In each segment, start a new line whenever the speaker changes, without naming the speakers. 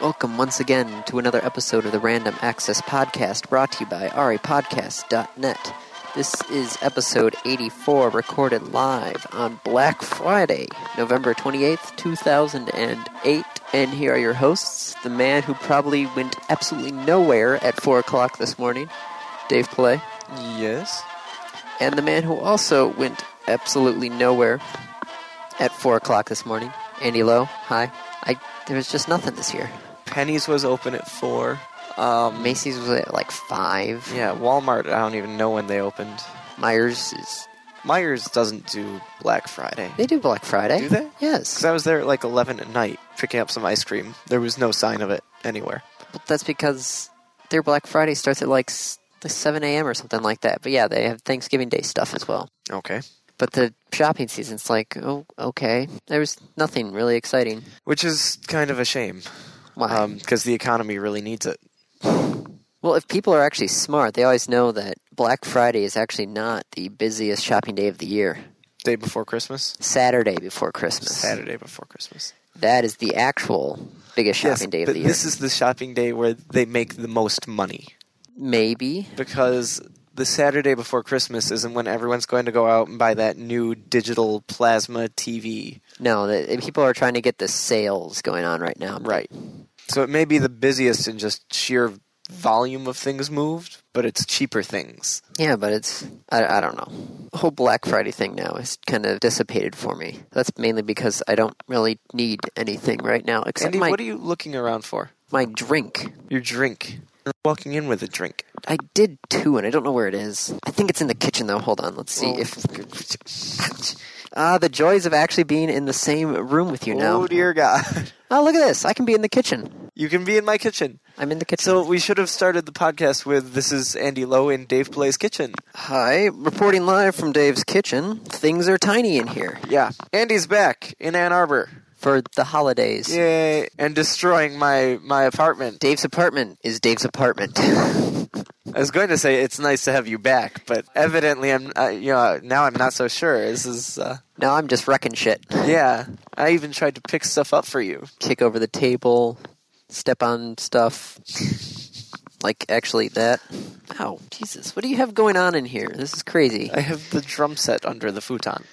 welcome once again to another episode of the Random Access Podcast brought to you by aripodcast.net. This is episode 84, recorded live on Black Friday, November 28th, 2008. And here are your hosts the man who probably went absolutely nowhere at 4 o'clock this morning, Dave Play,
Yes.
and the man who also went absolutely nowhere at 4 o'clock this morning, Andy Lowe. Hi. I, there was just nothing this year.
Penny's was open at four. Um,
Macy's was at like five.
yeah, Walmart. I don't even know when they opened.
Myers is.
Myers doesn't do Black Friday
They do Black Friday.
Do they? because
Yes.
I was there at like eleven at night picking up some ice cream. There was no sign of it anywhere.
But that's because their Black Friday starts at like s- 7 a.m. or something like that. But yeah, they have Thanksgiving Day stuff as well.
Okay.
But the shopping season's like, oh, okay. There was nothing really exciting.
Which is kind of a shame
Why?
because the economy really needs it.
well, if people are actually smart, they always know that Black Friday is actually not the busiest shopping day of the year.
Day before Christmas.
Saturday before Christmas.
Saturday before Christmas.
That is the actual biggest
Yes,
shopping day of
but
the year.
This is the shopping day where they make the most money.
Maybe.
because the Saturday before Christmas isn't when everyone's going to go out and buy that new digital plasma TV.
No, the, people are trying to get the sales going on right now.
Right. So it may be the busiest in just sheer volume of things moved, but it's cheaper things.
Yeah, but it's I, I don't know. The whole Black Friday thing now is kind of dissipated for me. That's mainly because I don't really need anything right now except
Andy,
my
what are you looking around for?
my drink.
Your drink. You're walking in with a drink.
I did two, and I don't know where it is. I think it's in the kitchen though. Hold on, let's see
Oh.
if. Ah, the joys of actually being in the same room with you now.
Oh dear God.
Oh, look at this! I can be in the kitchen.
You can be in my kitchen.
I'm in the kitchen.
So we should have started the podcast with this is Andy Lowe in Dave Play's kitchen.
hi, reporting live from Dave's kitchen. Things are tiny in here
Yeah. Andy's back in Ann Arbor.
for the holidays.
Yay. And destroying my, my apartment.
Dave's apartment is Dave's apartment.
I was going to say it's nice to have you back, but evidently I'm, uh, you know, now I'm not so sure. This is, uh,
now I'm just wrecking shit.
yeah. I even tried to pick stuff up for you.
Kick over the table, step on stuff. Like, actually, that. Ow, Jesus. What do you have going on in here? This is crazy.
I have the drum set under the futon.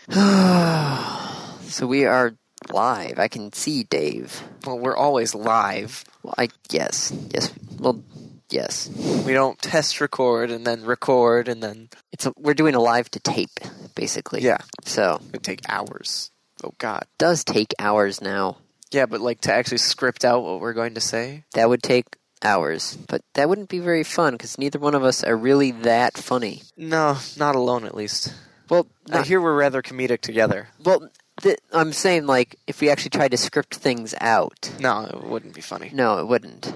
So, we are live. I can see Dave.
Well, we're always live.
Well, I. Yes. Yes. Well, yes.
We don't test record and then record and then
It's a, We're doing a live to tape, basically.
Yeah.
So,
it take hours. Oh God.
does take hours now.
Yeah, but like to actually script out what we're going to say.
That would take hours. But that wouldn't be very fun because neither one of us are really that funny.
No, not alone at least.
Well,
I
not,
hear we're rather comedic together.
well, th- I'm saying like if we actually tried to script things out,
No, it wouldn't be funny.
no, it wouldn't.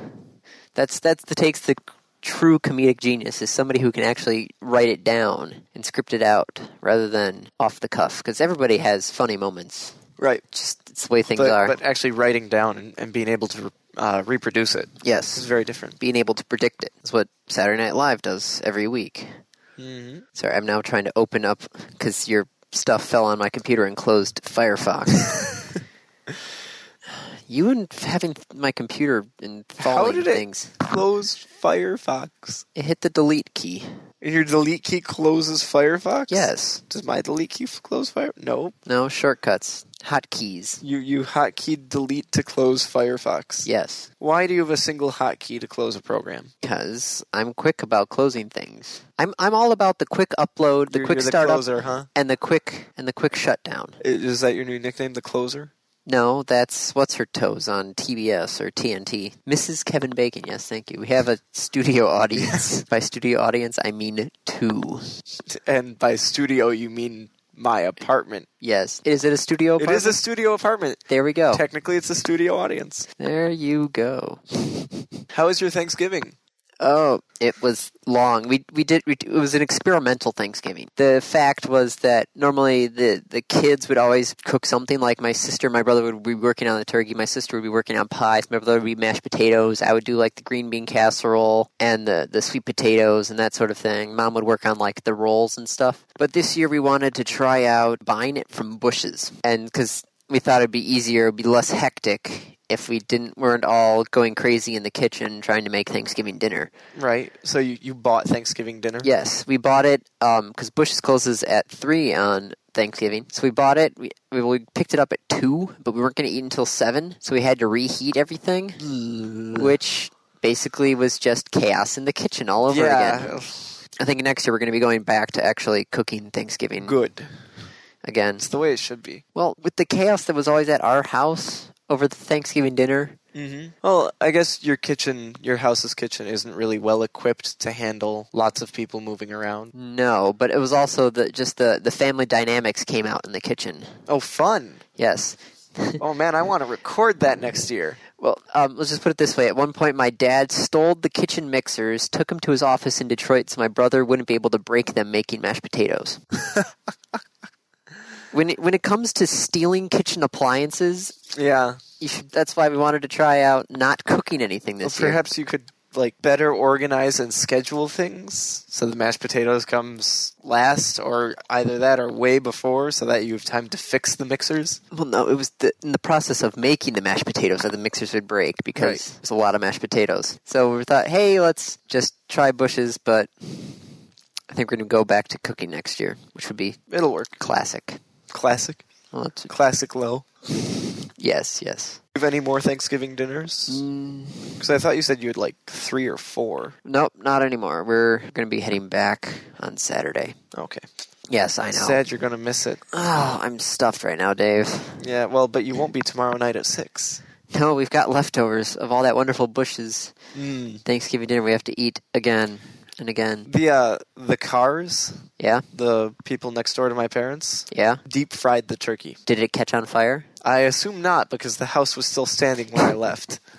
That's that's the takes the true comedic genius is somebody who can actually write it down and script it out rather than off the cuff because everybody has funny moments.
Right.
Just it's the way things
But,
are.
but actually writing down and, and being able to uh, reproduce it is
yes,
very different.
being able to predict it is what Saturday Night Live does every week.
Mm-hmm.
Sorry, I'm now trying to open up because your stuff fell on my computer and closed Firefox. you and having my computer and following
did it-
things.
Close Firefox.
It hit the delete key.
And your delete key closes Firefox?
Yes.
Does my delete key f- close Fire? No.
No shortcuts. Hotkeys.
You you hotkey delete to close Firefox.
Yes.
Why do you have a single hotkey to close a program?
Because I'm quick about closing things. I'm I'm all about the quick upload, the
You're-
quick
you're the
start up,
closer, huh?
and the quick and the quick shutdown.
I- Is that your new nickname, the closer?
No, that's what's her toes on TBS or TNT. Mrs. Kevin Bacon, yes, thank you. We have a studio audience. By studio audience, I mean two.
And by studio, you mean my apartment.
Yes, is it a studio?
It is a
apartment?
studio apartment. Oh.
There we go.
Technically, it's a studio audience.
There you go.
How was your Thanksgiving?
Oh, it was long. We we did. We, it was an experimental Thanksgiving. The fact was that normally the the kids would always cook something. Like my sister, and my brother would be working on the turkey. My sister would be working on pies. My brother would be mashed potatoes. I would do like the green bean casserole and the the sweet potatoes and that sort of thing. Mom would work on like the rolls and stuff. But this year we wanted to try out buying it from bushes, and because we thought it'd be easier, it'd be less hectic if we didn't weren't all going crazy in the kitchen trying to make Thanksgiving dinner.
Right. So you, you bought Thanksgiving dinner?
Yes, we bought it because Bush's closes at three on Thanksgiving. So we bought it. We, we- we picked it up at two, but we weren't going to eat until seven, so we had to reheat everything, which basically was just chaos in the kitchen all over again.
Yeah.
I think next year we're going to be going back to actually cooking Thanksgiving
Good.
again.
It's the way it should be.
Well, with the chaos that was always at our house over the Thanksgiving dinner,
Mm-hmm. Well, I guess your kitchen, your house's kitchen, isn't really well equipped to handle lots of people moving around.
no, but it was also the just the the family dynamics came out in the kitchen.
Oh, fun!
Yes.
Oh man, I want to record that next year.
Well, um, let's just put it this way. At one point, my dad stole the kitchen mixers, took them to his office in Detroit so my brother wouldn't be able to break them making mashed potatoes. when, it, when it comes to stealing kitchen appliances,
Yeah.
you should, that's why we wanted to try out not cooking anything
Well,
this year.
perhaps you could like better organize and schedule things so the mashed potatoes comes last, or either that or way before, so that you have time to fix the mixers.
Well, no, it was the, in the process of making the mashed potatoes that the mixers would break because
Right.
there's a lot of mashed potatoes. So we thought, hey, let's just try bushes, but I think we're going to go back to cooking next year, which would be
It'll work.
classic.
Classic.
Well, that's-
Classic low.
yes, yes.
Do you have any more Thanksgiving dinners?
Mm,
Because I thought you said you had like three or four.
nope, not anymore. We're going to be heading back on Saturday.
Okay.
Yes, I know.
Sad you're gonna miss it.
oh, I'm stuffed right now, Dave.
Yeah, well, but you won't be tomorrow night at six.
No, we've got leftovers of all that wonderful bushes
Mm.
Thanksgiving dinner we have to eat again and again.
The uh, the cars,
Yeah,
the people next door to my parents,
yeah.
deep fried the turkey.
Did it catch on fire?
I assume not because the house was still standing when I left.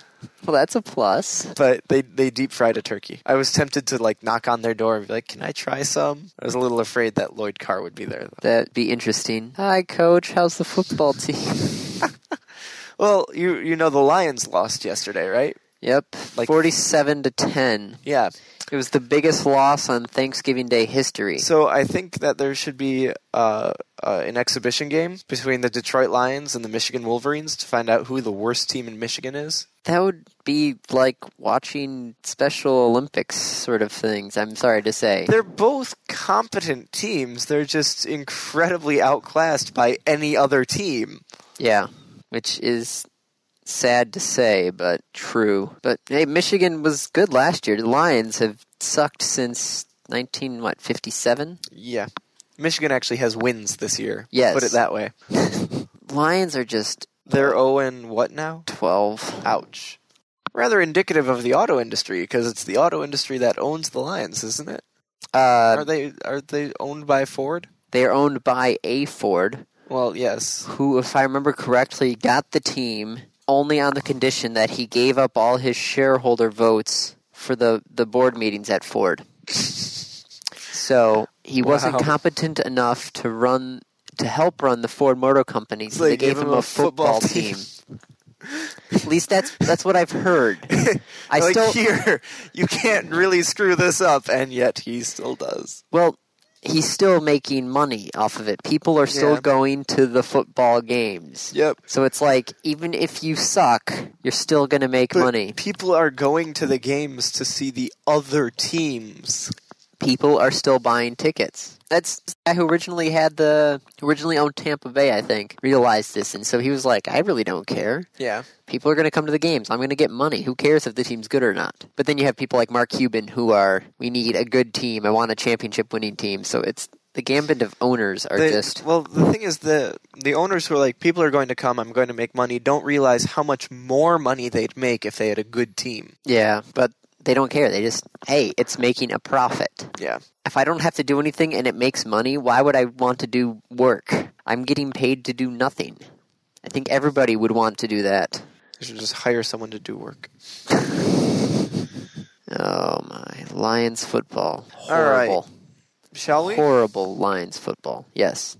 Well, that's a plus.
But they they deep fried a turkey. I was tempted to like knock on their door and be like, "Can I try some?" I was a little afraid that Lloyd Carr would be there. Though.
That'd be interesting. Hi, coach. How's the football team?
Well, you you know the Lions lost yesterday, right?
yep,
Like-
forty-seven to ten.
Yeah.
It was the biggest loss on Thanksgiving Day history.
So I think that there should be uh, uh, an exhibition game between the Detroit Lions and the Michigan Wolverines to find out who the worst team in Michigan is.
That would be like watching Special Olympics sort of things. I'm sorry to say.
They're both competent teams. They're just incredibly outclassed by any other team.
Yeah, which is sad to say, but true. But hey, Michigan was good last year. The Lions have sucked since nineteen what fifty seven.
Yeah. Michigan actually has wins this year.
Yes.
Put it that way.
Lions are just
They're 0 and what now?
twelve.
Ouch. Rather indicative of the auto industry because it's the auto industry that owns the Lions, isn't it?
Uh,
Are they are they owned by Ford?
they are owned by A Ford,
Well, yes.
who, if I remember correctly, got the team only on the condition that he gave up all his shareholder votes for the, the board meetings at Ford. So he wasn't
Wow.
competent enough to run to help run the Ford Motor Company. So, they, gave, him, a football, team. At least that's that's what I've heard. I
like
still
here, you can't really screw this up, and yet he still does.
well, he's still making money off of it. People are still
Yeah.
going to the football games.
Yep.
So it's like even if you suck, you're still going to make
But
money.
People are going to the games to see the other teams.
People are still buying tickets. That's the guy who originally had the who originally owned Tampa Bay, I think, realized this and so he was like, I really don't care.
Yeah.
People are going to come to the games. I'm going to get money. Who cares if the team's good or not? But then you have people like Mark Cuban who are we need a good team. I want a championship winning team. So it's the gambit of owners are
The-
just
well, the thing is, the the owners were like, people are going to come. I'm going to make money. Don't realize how much more money they'd make if they had a good team.
yeah, but they don't care. They just hey, it's making a profit.
Yeah.
if I don't have to do anything and it makes money, why would I want to do work? I'm getting paid to do nothing. I think everybody would want to do that.
They should just hire someone to do work.
Oh my, Lions football.
All right.
Horrible.
Shall we?
Horrible Lions football. Yes.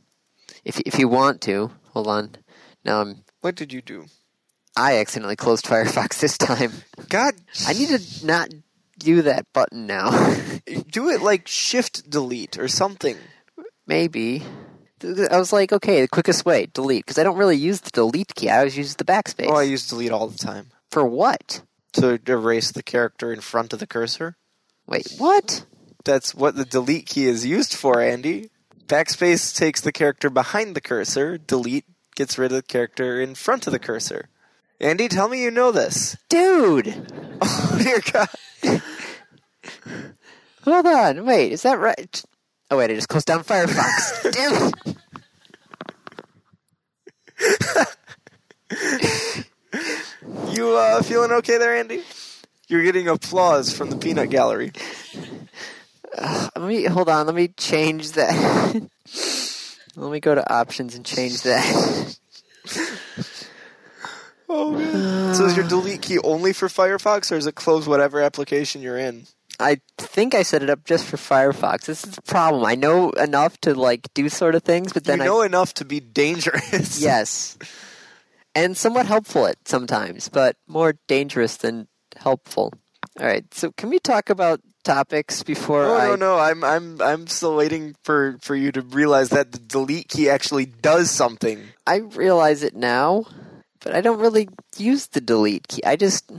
If if you want to, hold on. Now I'm
What did you do?
I accidentally closed Firefox this time.
God,
I need to not do that button now.
do it like shift delete or something.
Maybe. I was like, okay, the quickest way, delete, because I don't really use the delete key. I always use the backspace.
Oh, I use delete all the time
For what?
to erase the character in front of the cursor.
Wait, what?
That's what the delete key is used for, Andy. Backspace takes the character behind the cursor, delete gets rid of the character in front of the cursor. Andy, tell me you know this.
Dude,
Oh, dear God.
hold on, wait, is that right? Oh wait, I just closed down Firefox. Damn it.
You uh, feeling okay there, Andy? You're getting applause from the peanut gallery.
Let me hold on. Let me change that. let me go to options and change that.
Oh, man. So is your delete key only for Firefox, or is it close whatever application you're in?
I think I set it up just for Firefox. This is the problem. I know enough to like do sort of things, but then
you
I
know enough to be dangerous.
yes, and somewhat helpful at sometimes, but more dangerous than helpful. All right. So can we talk about topics before
Oh, No,
I?
no, no. I'm, I'm, I'm still waiting for, for you to realize that the delete key actually does something.
I realize it now, but I don't really use the delete key. I just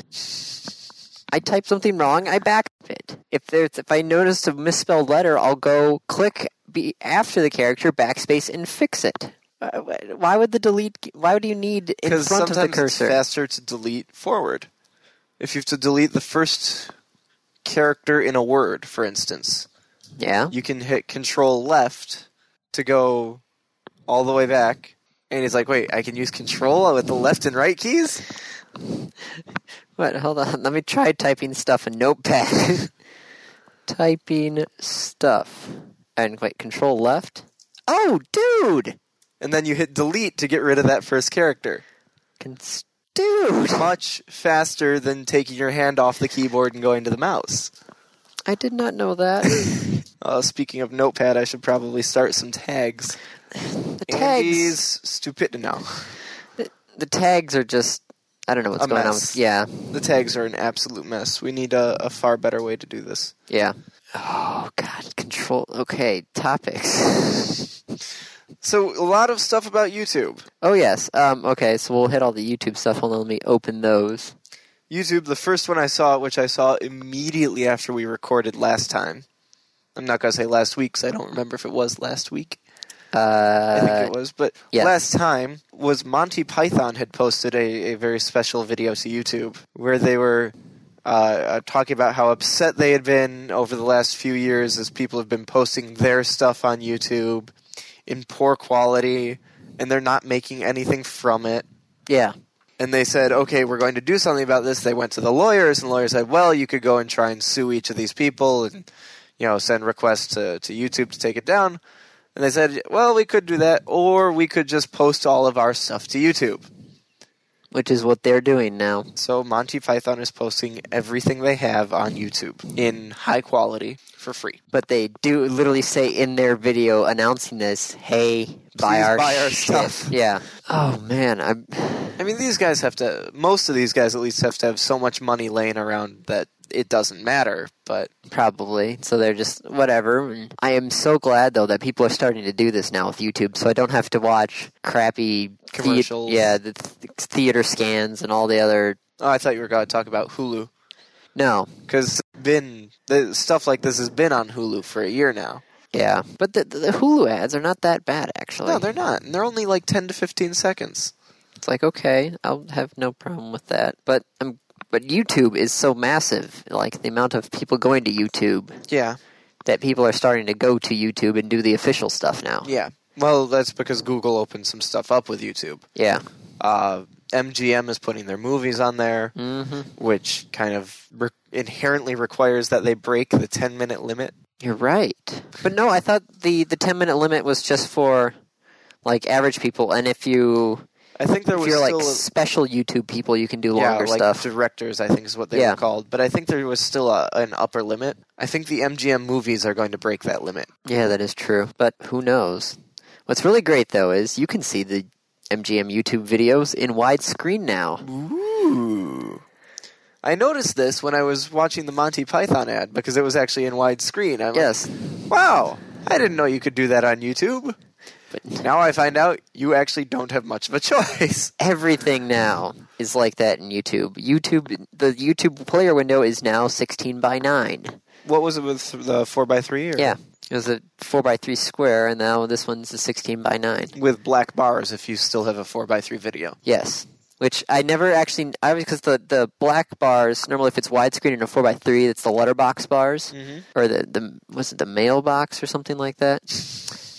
I type something wrong, I back it. If there's if I notice a misspelled letter, I'll go click be after the character backspace and fix it. Uh, Why would the delete? key- Why would you need in
Because
front
sometimes
of the cursor?
it's faster to delete forward. If you have to delete the first character in a word, for instance,
yeah.
you can hit Control Left to go all the way back. And he's like, "Wait, I can use Control with the left and right keys."
What? Hold on. Let me try typing stuff in Notepad. typing stuff and wait. Control left. Oh, dude.
And then you hit Delete to get rid of that first character.
Cons- dude.
Much faster than taking your hand off the keyboard and going to the mouse.
I did not know that.
Uh, speaking of Notepad, I should probably start some tags.
The tags,
Andy's stupid. No,
the tags are just I don't know what's
A
going on.
mess.
With, yeah,
the tags are an absolute mess. We need a, a far better way to do this.
yeah. Oh God, control. Okay, topics.
So a lot of stuff about YouTube.
oh yes. Um. Okay, so we'll hit all the YouTube stuff. Hold on, let me open those.
YouTube, the first one I saw, which I saw immediately after we recorded last time. I'm not going to say last week because I don't remember if it was last week. I think
Uh.
it was. But
yes.
last time was Monty Python had posted a, a very special video to YouTube where they were uh, uh, talking about how upset they had been over the last few years as people have been posting their stuff on YouTube in poor quality and they're not making anything from it
Yeah.
and they said, okay, we're going to do something about this. They went to the lawyers, and the lawyers said, well, you could go and try and sue each of these people and, you know, send requests to, to YouTube to take it down. And they said, well, we could do that, or we could just post all of our stuff to YouTube.
Which is what they're doing now.
So Monty Python is posting everything they have on YouTube in high quality for free.
But they do literally say in their video announcing this, "Hey, buy
Please
our
buy our
shit."
stuff.
Yeah. Oh man, I'm.
I mean, these guys have to, most of these guys at least have to have so much money laying around that it doesn't matter, but
Probably. So they're just whatever. And I am so glad though that people are starting to do this now with YouTube, so I don't have to watch crappy thea-
Commercials.
yeah, the th- theater scans and all the other.
oh, I thought you were going to talk about Hulu.
No.
because been the stuff like this has been on Hulu for a year now.
Yeah, but the, the Hulu ads are not that bad actually.
No, they're not. And they're only like ten to fifteen seconds.
it's like okay, I'll have no problem with that. But I'm but YouTube is so massive, like the amount of people going to YouTube
Yeah,
that people are starting to go to YouTube and do the official stuff now.
yeah. Well, that's because Google opened some stuff up with YouTube.
Yeah.
Uh, MGM is putting their movies on there,
hmm
which kind of re- inherently requires that they break the ten minute limit.
You're right. But no, I thought the the 10 minute limit was just for like average people and if you
I think there
if
was
you're like
still
special YouTube people you can do
yeah,
longer
like
stuff.
directors. I think is what they
Yeah.
were called. But I think there was still a, an upper limit. I think the MGM movies are going to break that limit.
Yeah, that is true. But who knows? What's really great though is you can see the MGM YouTube videos in widescreen now.
Mm-hmm. Ooh. I noticed this when I was watching the Monty Python ad because it was actually in widescreen. I'm
Yes.
like, wow, I didn't know you could do that on YouTube.
But
Now I find out you actually don't have much of a choice.
everything now is like that in YouTube. YouTube, the YouTube player window is now 16 by 9.
What was it with the 4x3? Or?
Yeah. It was a 4 by 3 square, and now this one's a 16 by 9.
With black bars if you still have a 4x3 video.
Yes. Which I never actually, I was because the, the black bars normally if it's widescreen and a four x three, it's the letterbox bars
Mhm.
or the the was it the mailbox or something like that,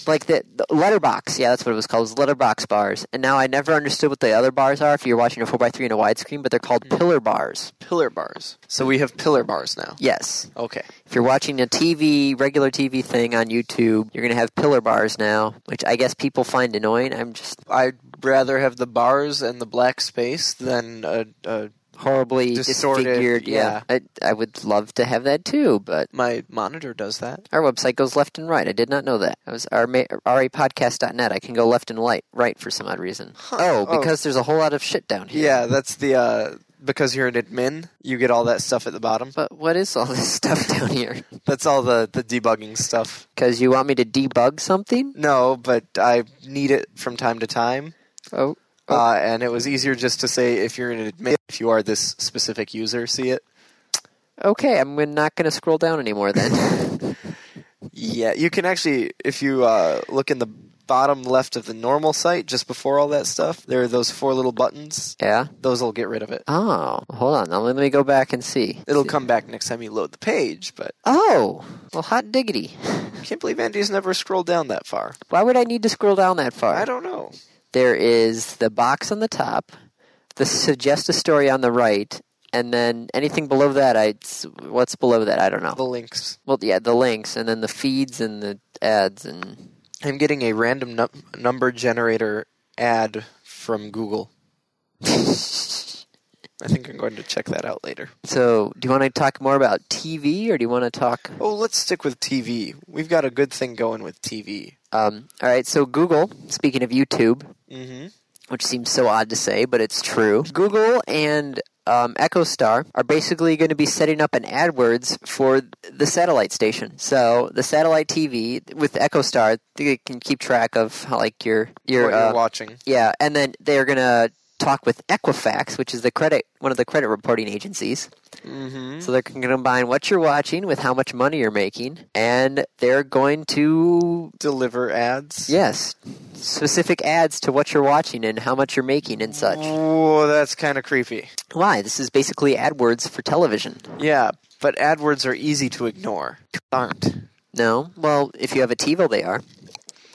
like the, the letterbox. Yeah, that's what it was called. It was letterbox bars. And now I never understood what the other bars are if you're watching a four x three in a widescreen, but they're called pillar bars.
Pillar bars. So we have pillar bars now.
Yes,
Okay.
if you're watching a TV regular TV thing on YouTube, you're gonna have pillar bars now, which I guess people find annoying. I'm just
I'd rather have the bars and the black space than a, a,
horribly
Distorted,
disfigured. I, I would love to have that too, but
my monitor does that.
Our website goes left and right. I did not know that. I was our ma- repodcast.net. I can go left and light, right for some odd reason. Oh,
Oh.
because there's a whole lot of shit down here.
Yeah, that's the uh, because you're an admin, you get all that stuff at the bottom.
But what is all this stuff down here?
That's all the the debugging stuff.
Because you want me to debug something?
No, but I need it from time to time.
Oh,
Uh, and it was easier just to say if you're an admin, if you are this specific user, see it.
okay. I'm gonna- not going to scroll down anymore then.
Yeah, you can actually, if you uh, look in the bottom left of the normal site, just before all that stuff, there are those four little buttons.
yeah.
Those will get rid of it.
Oh, hold on. Now let me go back and see.
It'll come back next time you load the page, but
Oh, well, hot diggity.
I can't believe Andy's never scrolled down that far.
Why would I need to scroll down that far?
I don't know.
there is the box on the top, the suggest a story on the right, and then anything below that, I it's- what's below that? I don't
The
know.
links.
Well, yeah, the links, and then the feeds and the ads, and
I'm getting a random num- number generator ad from Google. I think I'm going to check that out later.
so do you want to talk more about TV, or do you want to talk?
Oh, let's stick with TV. We've got a good thing going with TV.
Um, all right, so Google. Speaking of YouTube,
Mm-hmm.
which seems so odd to say, but it's true. Google and um, Echo Star are basically going to be setting up an AdWords for the satellite station. So the satellite TV with Echo Star, they can keep track of how, like your your
what you're
uh,
watching.
yeah, and then they're going to talk with Equifax, which is the credit one of the credit reporting agencies.
Mm-hmm.
So they're going to combine what you're watching with how much money you're making, and they're going to
Deliver ads.
yes specific ads to what you're watching and how much you're making and such.
Whoa, that's kind of creepy.
Why? This is basically AdWords for television.
Yeah, but AdWords are easy to ignore. Aren't.
No? Well, if you have a TiVo, they are.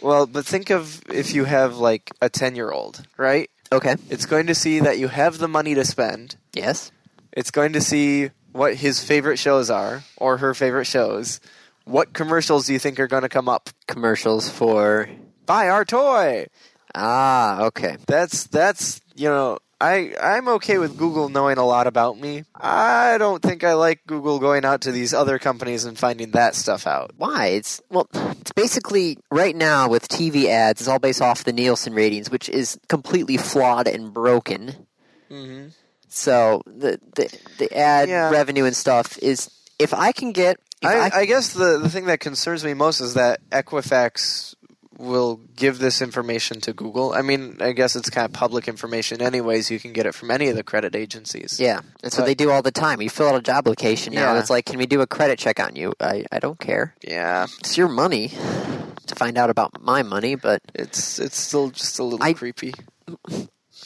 Well, but think of if you have like a 10 year old, right?
Okay.
It's going to see that you have the money to spend.
Yes.
It's going to see what his favorite shows are or her favorite shows. What commercials do you think are going to come up?
Commercials for.
Buy our toy.
Ah, okay.
That's that's you know I I'm okay with Google knowing a lot about me. I don't think I like Google going out to these other companies and finding that stuff out.
Why? It's. Well, it's basically. Right now, with TV ads, it's all based off the Nielsen ratings, which is completely flawed and broken.
Mm-hmm.
So the, the, the ad
Yeah.
revenue and stuff is. If I can get. If
I,
I,
I guess the the thing that concerns me most is that Equifax will give this information to Google. I mean, I guess it's kind of public information anyways. You can get it from any of the credit agencies.
Yeah, that's what
But-
they do all the time. You fill out a job application now.
Yeah.
It's like, can we do a credit check on you? I, I don't care.
Yeah.
it's your money to find out about my money, but
It's it's still just a little
I-
creepy.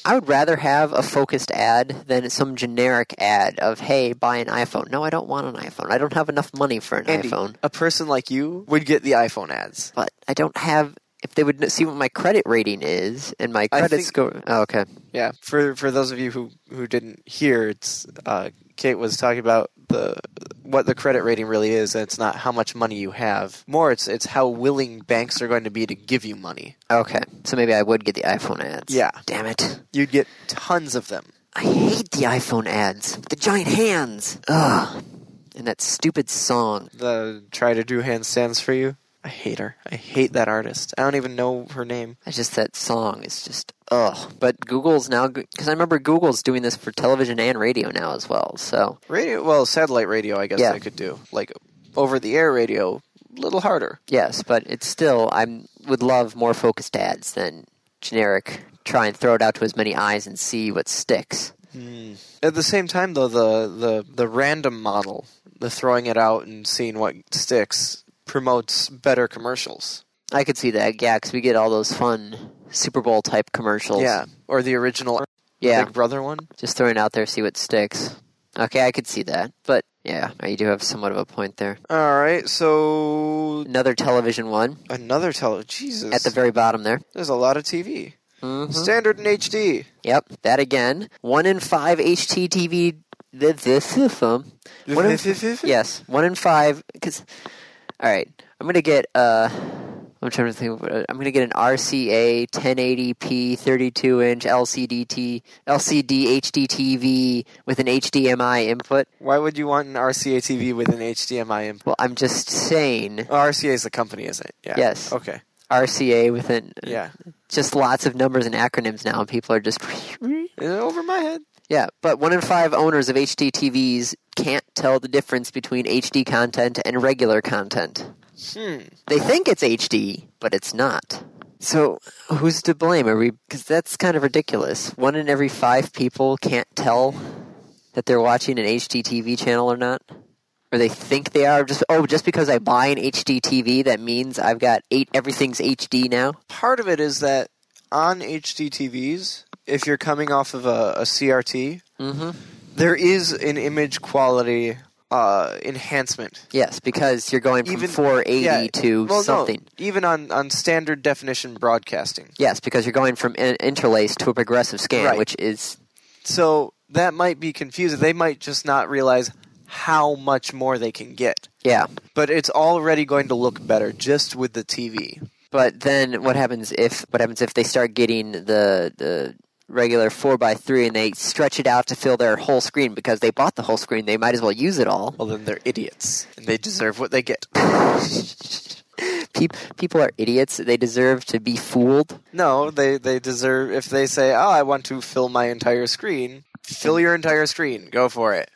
I would rather have a focused ad than some generic ad of "Hey, buy an iPhone." No, I don't want an iPhone. I don't have enough money for an
Andy,
iPhone.
a person like you would get the iPhone ads.
But I don't have. If they would see what my credit rating is and my
I
credit
think-
score, oh, okay,
Yeah, for for those of you who who didn't hear, it's uh, Kate was talking about the what the credit rating really is, and it's not how much money you have. More, it's it's how willing banks are going to be to give you money.
okay. So maybe I would get the iPhone ads.
Yeah.
Damn it!
You'd get tons of them.
I hate the iPhone ads. The giant hands. Ugh. And that stupid song.
The try to do handstands for you. I hate her. I hate that artist. I don't even know her name.
It's just that song is just ugh. But Google's now because I remember Google's doing this for television and radio now as well. So
Radio, well, satellite radio. I guess
Yeah.
I could do like over the air radio, a little harder.
yes, but it's still I'm would love more focused ads than generic. Try and throw it out to as many eyes and see what sticks.
At the same time, though, the, the, the random model, the throwing it out and seeing what sticks, promotes better commercials.
I could see that, yeah, because we get all those fun Super Bowl type commercials.
Yeah, or the original
yeah,
Big Brother one.
just throwing it out there, see what sticks. Okay, I could see that, but yeah, you do have somewhat of a point there.
All right, so
Another television one
another tele. Jesus,
at the very bottom there.
there's a lot of TV. Mm-hmm.
Mhm.
Standard and HD.
Yep, that again. One in five HTTV. The, the, the, one in, yes, one in five. Because, all right, I'm gonna get. Uh, I'm trying to think. Of, what- I'm gonna get an RCA 1080p 32 inch LCD T LCD HD TV with an HDMI input.
Why would you want an RCA TV with an HDMI input?
Well, I'm just saying
Oh, RCA is the company, isn't it? Yeah.
Yes.
Okay.
RCA with an
Yeah.
just lots of numbers and acronyms now, and people are just
Uh, Over my head.
Yeah, but one in five owners of HD TVs can't tell the difference between HD content and regular content.
Hmm.
They think it's HD, but it's not. So who's to blame? Are we? Because that's kind of ridiculous. One in every five people can't tell that they're watching an HD TV channel or not, or they think they are. Just oh, just because I buy an HD TV, that means I've got eight. Everything's HD now.
Part of it is that on HD TVs, if you're coming off of a, a CRT,
Mm-hmm.
there is an image quality uh, enhancement.
Yes, because you're going from
Even-
480
yeah,
to
well, no,
something.
even on, on standard definition broadcasting.
Yes, because you're going from in- interlace to a progressive scan,
Right.
which is
So that might be confusing. They might just not realize how much more they can get.
yeah.
But it's already going to look better just with the TV.
But then what happens if what happens if they start getting the the regular four x three and they stretch it out to fill their whole screen because they bought the whole screen, they might as well use it all.
Well, then they're idiots, and they deserve what they get.
Peop people are idiots; they deserve to be fooled.
No, they they deserve if they say, "Oh, I want to fill my entire screen." Fill your entire screen. Go for it,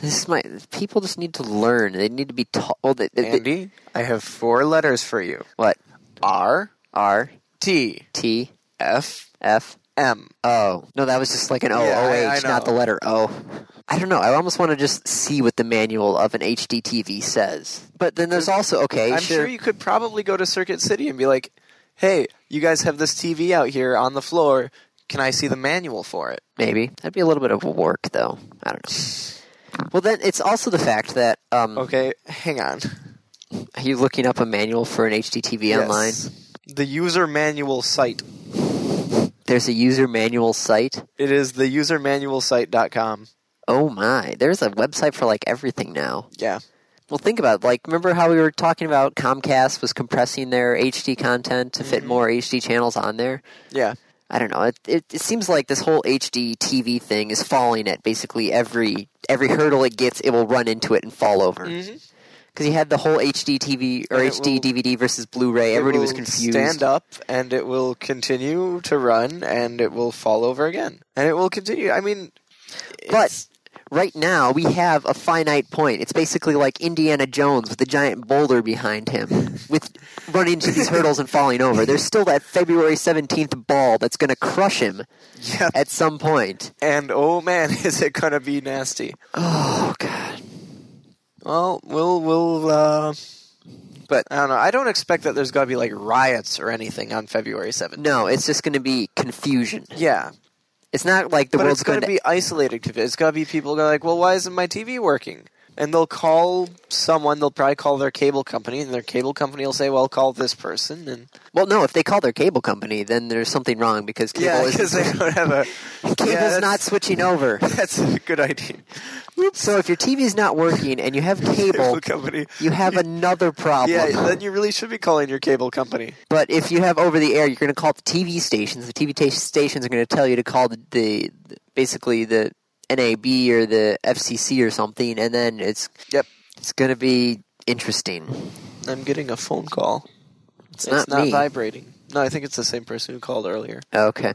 This is my people just need to learn. They need to be taught. Well, they, they-
Andy. I have four letters for you:
what
R
R
T
T
F
F
M.
Oh no, that was just like an O
Yeah,
O
I- I
H, not
know.
the letter O. I don't know. I almost want to just see what the manual of an HDTV says. But then there's also okay,
I'm
sure.
sure you could probably go to Circuit City and be like, "Hey, you guys have this TV out here on the floor. Can I see the manual for it?"
maybe that'd be a little bit of work, though. I don't know. Well, then it's also the fact that um,
Okay, hang on.
are you looking up a manual for an HDTV online?
Yes. The user manual site.
There's a user manual site.
It is the usermanualsite.com.
Oh my! There's a website for like everything now.
Yeah.
Well, think about it. like remember how we were talking about Comcast was compressing their HD content to
Mm-hmm.
fit more HD channels on there.
Yeah.
I don't know. It, it it seems like this whole HD TV thing is falling at basically every every hurdle it gets, it will run into it and fall over. Because
Mhm.
you had the whole HD TV or
And it
HD
will-
DVD versus Blu-ray. Everybody
it
was
will
confused.
Stand up, and it will continue to run, and it will fall over again, and it will continue. I mean,
But right now we have a finite point. It's basically like Indiana Jones with the giant boulder behind him, with running into these hurdles and falling over. There's still that February seventeenth ball that's going to crush him
yeah,
at some point.
and oh man, is it gonna be nasty?
Oh God.
Well, we'll we'll. Uh, but I don't know. I don't expect that there's gonna be like riots or anything on February seventh.
No, it's just going to be confusion.
Yeah,
It's not like the
but
world's
it's
going
gonna
to
be isolated. conf- It's gonna be people going like, well, why isn't my TV working? And they'll call someone. They'll probably call their cable company, and their cable company will say, "Well, call this person." And
Well, no, if they call their cable company, then there's something wrong because cable
yeah,
is
because they don't have a
cable's
yeah, that's-
not switching over.
That's a good idea.
so if your TV's not working and you have cable,
Cable company.
you have another problem.
Yeah, then you really should be calling your cable company.
But if you have over the air, you're going to call the TV stations. The TV ta- stations are going to tell you to call the, the basically the NAB or the FCC or something, and then it's
Yep.
it's going to be interesting.
I'm getting a phone call.
It's, not, me.
vibrating. No, I think it's the same person who called earlier.
okay.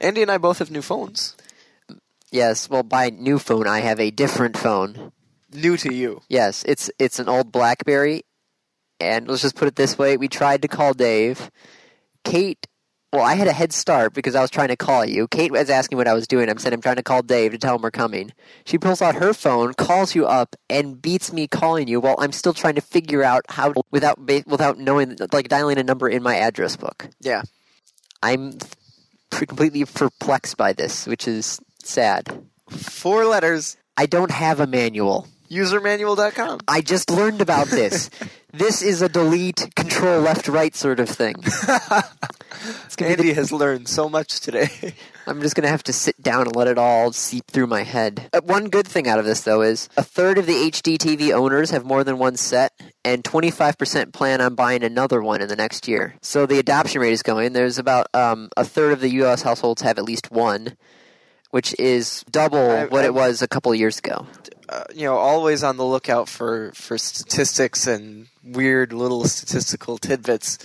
Andy and I both have new phones.
Yes. Well, by new phone, I have a different phone.
New to you.
Yes, it's it's an old BlackBerry, And let's just put it this way we tried to call Dave. Kate, well, I had a head start because I was trying to call you. Kate was asking what I was doing. I said, I'm trying to call Dave to tell him we're coming. She pulls out her phone, calls you up, and beats me calling you while I'm still trying to figure out how, without, ba- without knowing, like dialing a number in my address book.
Yeah.
I'm f- completely perplexed by this, which is sad.
Four letters.
I don't have a manual.
Usermanual.com.
I just learned about this. this is a delete, control left, right sort of thing. gonna be
Andy has learned so much today.
I'm just going to have to sit down and let it all seep through my head. Uh, one good thing out of this, though, is a third of the HD TV owners have more than one set, and 25% plan on buying another one in the next year. So the adoption rate is going. There's about um, a third of the U.S. households have at least one, which is double
I-
what
I-
it was a couple years ago.
uh, you know, always on the lookout for, for statistics and weird little statistical tidbits.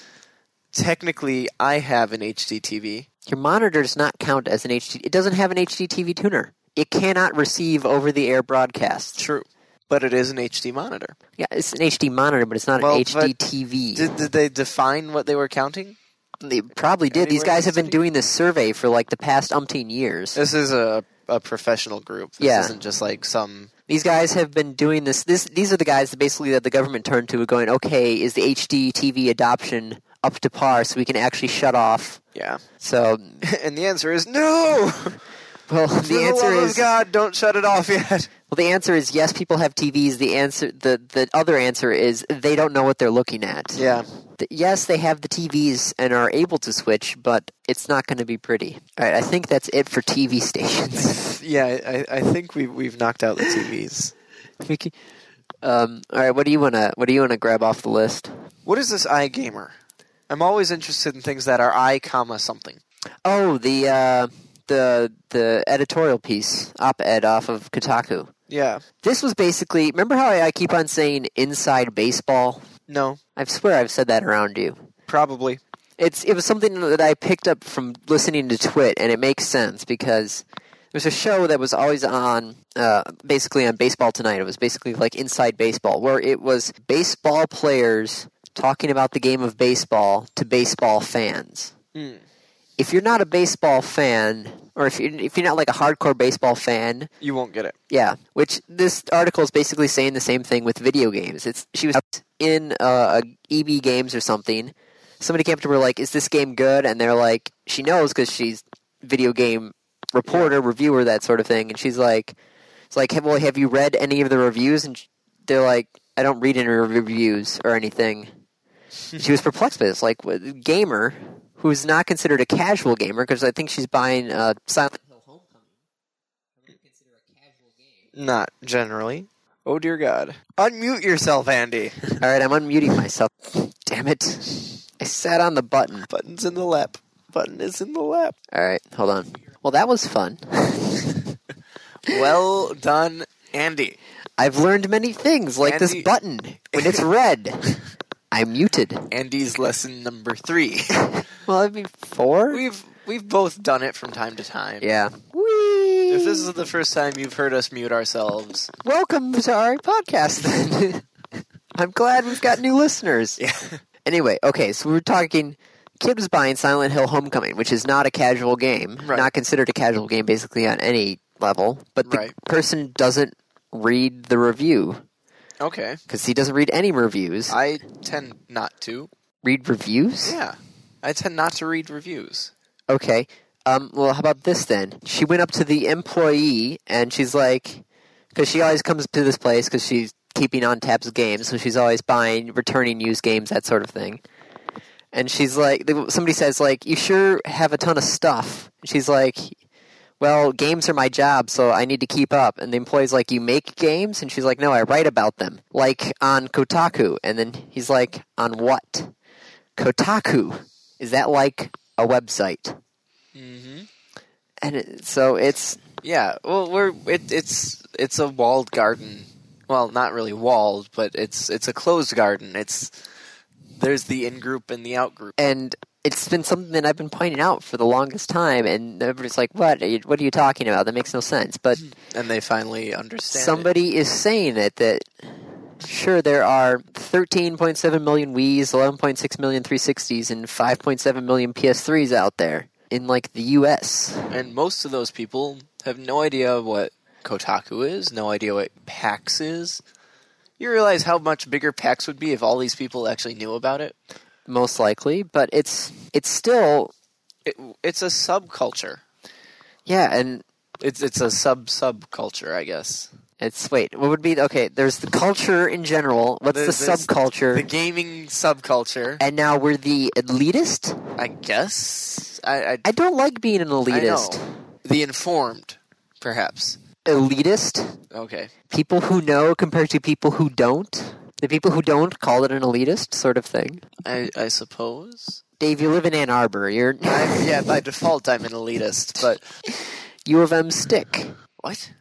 Technically, I have an HDTV.
Your monitor does not count as an HD. It doesn't have an HDTV tuner. It cannot receive over-the-air broadcasts.
True. But it is an HD monitor.
Yeah, it's an HD monitor, but it's not
Well,
an
but
HD TV.
Did, did they define what they were counting?
They probably did. These
Anywhere
guys have been
HD?
doing this survey for like the past umpteen years.
This is a, a professional group. This
Yeah.
isn't just like some.
These guys have been doing this. This these are the guys that basically that the government turned to, going, okay, is the HD TV adoption up to par, so we can actually shut off.
Yeah.
So,
And the answer is no!
well,
For
the answer
love
is
of God, don't shut it off yet.
well, the answer is yes. People have TVs. The answer, the the other answer is they don't know what they're looking at.
Yeah.
Th- yes, they have the TVs and are able to switch, but it's not going to be pretty. All right, I think that's it for TV stations.
Yeah, I, I think we, we've knocked out the TVs.
We can- um, all right, what do you wanna what do you wanna grab off the list?
What is this iGamer? I'm always interested in things that are i, comma something.
Oh, the uh, the the editorial piece op ed off of Kotaku.
Yeah.
This was basically remember how I, I keep on saying inside baseball?
No.
I swear I've said that around you.
Probably.
It's it was something that I picked up from listening to Twit, and it makes sense because there's a show that was always on, uh, basically on Baseball Tonight. It was basically like Inside Baseball, where it was baseball players talking about the game of baseball to baseball fans.
Hmm.
If you're not a baseball fan, or if you're, if you're not like a hardcore baseball fan,
You won't get it.
yeah, which this article is basically saying the same thing with video games. It's she was in uh, a EB Games or something. Somebody came up to her like, "Is this game good?" And they're like, "She knows because she's video game reporter, reviewer, that sort of thing." And she's like, "It's like, well, have you read any of the reviews?" And sh- they're like, "I don't read any reviews or anything." she was perplexed by this, like, wh- gamer who's not considered a casual gamer because I think she's buying uh, Silent Hill Homecoming. I wouldn't consider a casual game.
Not generally. Oh dear God. Unmute yourself, Andy.
All right, I'm unmuting myself. Damn it. I sat on the button.
Button's in the lap. Button is in the lap.
All right, hold on. Well, that was fun.
Well done, Andy.
I've learned many things, like this
Andy-
button. When it's red, I'm muted.
Andy's lesson number three.
Well, that'd be four?
we've we've both done it from time to time.
yeah. Whee!
If this is the first time you've heard us mute ourselves,
Welcome to our podcast, then. I'm glad we've got new listeners.
yeah,
Anyway, okay, so we were talking. Kid was buying Silent Hill Homecoming, which is not a casual game,
Right.
not considered a casual game basically on any level. But the
Right.
person doesn't read the review
okay.
because he doesn't read any reviews.
I tend not to.
read reviews?
Yeah, I tend not to read reviews.
Okay. Um, well, how about this then? She went up to the employee and she's like, because she always comes to this place because she's keeping on tabs of games, so she's always buying, returning used games, that sort of thing. And she's like, somebody says like, you sure have a ton of stuff. And she's like, well, games are my job, so I need to keep up. And the employee's like, you make games? And she's like, no, I write about them, like on Kotaku. And then he's like, on what? Kotaku. Is that like a website?
Mm-hmm.
and it, so it's
Yeah, well, we're it, it's it's a walled garden. Well, not really walled, but it's it's a closed garden. It's there's the in group and the out group.
and it's been something that I've been pointing out for the longest time, and everybody's like, "What? Are you, what are you talking
Hmm,
about? That makes no sense." But
and they finally understand. it.
somebody is saying it that Sure, there are 13.7 million Wii's, 11.6 million 360s, and 5.7 million PS3s out there in like the U.S.
And most of those people have no idea what Kotaku is, no idea what PAX is. You realize how much bigger PAX would be if all these people actually knew about it?
most likely, but it's it's still
it it's a subculture.
yeah, and
It's it's a sub subculture, I guess.
it's wait, what would be okay? There's the culture in general. What's
There's-
the
there's
subculture?
The gaming subculture,
and now we're the elitist.
I guess. I I,
I don't like being an
I know.
elitist.
The informed, perhaps.
Elitist
Okay.
people who know compared to people who don't. The people who don't call it an elitist sort of thing.
I I suppose.
Dave, you live in Ann Arbor. You're
I'm, yeah, by default, I'm an elitist, but
U of M stick.
what?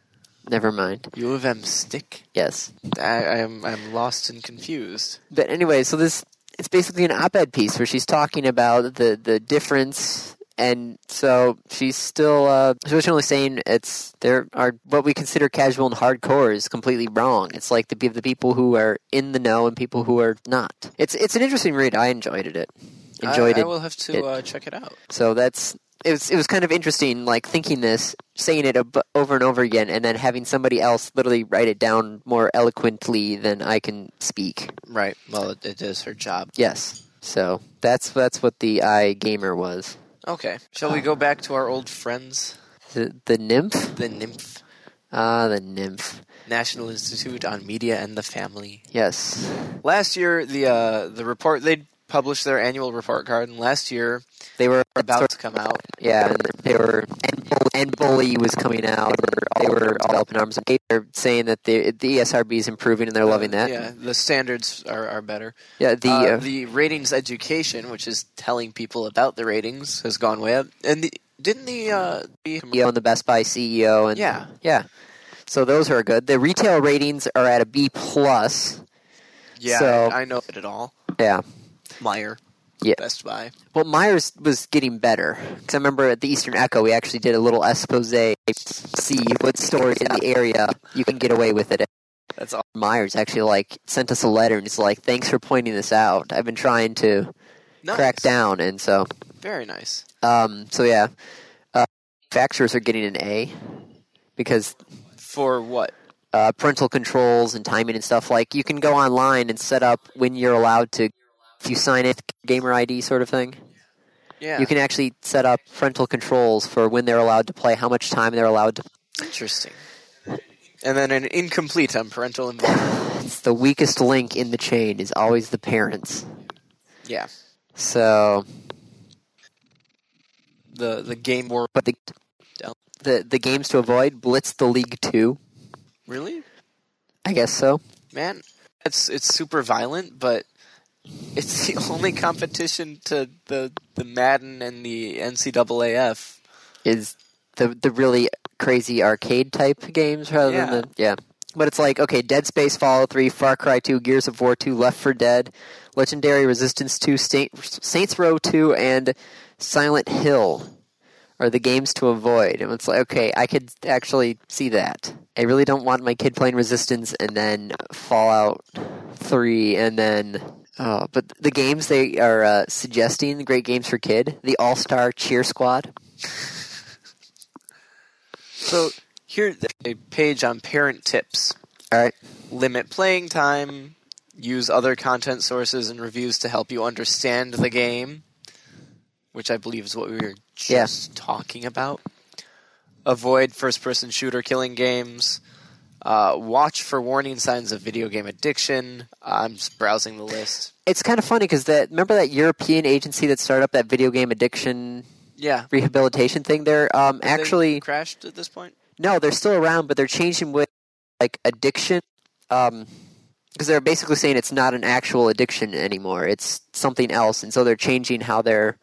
Never mind.
U of M stick?
Yes.
I, I'm I'm lost and confused.
but anyway, so this it's basically an op-ed piece where she's talking about the the difference. And so she's still uh, she's originally saying it's there are what we consider casual and hardcore is completely wrong. It's like the pe- the people who are in the know and people who are not. It's it's an interesting read. I enjoyed it. Enjoyed
I, I
it.
will have to
it-
uh, check it out.
So that's it was it was kind of interesting, like thinking this, saying it ab- over and over again, and then having somebody else literally write it down more eloquently than I can speak.
Right. Well, it, it is her job.
Yes. So that's that's what the iGamer gamer was.
Okay. Shall we go back to our old friends,
The, the nymph?
the Nymph
Ah, the nymph.
National Institute on Media and the Family?
Yes.
Last year, the uh, the report they published their annual report card, and last year
They were
about
sort
to come out.
of- yeah, and they were and bully, and bully was coming out. They were all up in arms. They're saying that the the E ESRB is improving and they're loving that.
Yeah, the standards are, are better.
Yeah, the,
The
uh,
the ratings education, which is telling people about the ratings, has gone way up. And the, didn't the uh, the
CEO and the Best Buy CEO and
yeah
yeah. So those are good. The retail ratings are at a B plus.
yeah
So-
I, I know it at all.
Yeah.
Meyer,
Yeah.
Best Buy.
Well, Myers was getting better because I remember at the Eastern Echo we actually did a little expose, see what stores in the area you can get away with it.
That's all.
Myers actually like sent us a letter and it's like, "Thanks for pointing this out. I've been trying to
Nice.
crack down," and so,
Very nice.
um, so yeah, uh, manufacturers are getting an A because
For what?
uh, parental controls and timing and stuff like you can go online and set up when you're allowed to. If you sign it, gamer ID sort of thing.
Yeah.
You can actually set up parental controls for when they're allowed to play, how much time they're allowed to.
Interesting. And then an incomplete on parental involvement.
It's the weakest link in the chain is always the parents.
Yeah.
So,
The the game war.
but the the the games to avoid blitz the league two.
Really,
I guess so.
man? It's it's super violent, but it's the only competition to the the Madden and the NCAAF.
Is the the really crazy arcade type games rather
Yeah.
than the yeah. But it's like okay, Dead Space, Fallout Three, Far Cry Two, Gears of War Two, Left for Dead, Legendary Resistance Two, Saint, Saints Row Two, and Silent Hill are the games to avoid. And it's like okay, I could actually see that. I really don't want my kid playing Resistance and then Fallout Three, and then. Oh, but the games they are uh, suggesting, the great games for kid, the All Star Cheer Squad.
So here a page on parent tips.
All right,
Limit playing time. Use other content sources and reviews to help you understand the game, which I believe is what we were
Yeah.
just talking about. Avoid first-person shooter killing games. Uh, watch for warning signs of video game addiction. I'm just browsing the list.
it's kind of funny because that remember that European agency that started up that video game addiction
Yeah,
rehabilitation thing. They're um,
Have they
actually
crashed at this point.
no, they're still around, but they're changing with like addiction, um, because they're basically saying it's not an actual addiction anymore. It's something else, and so they're changing how they're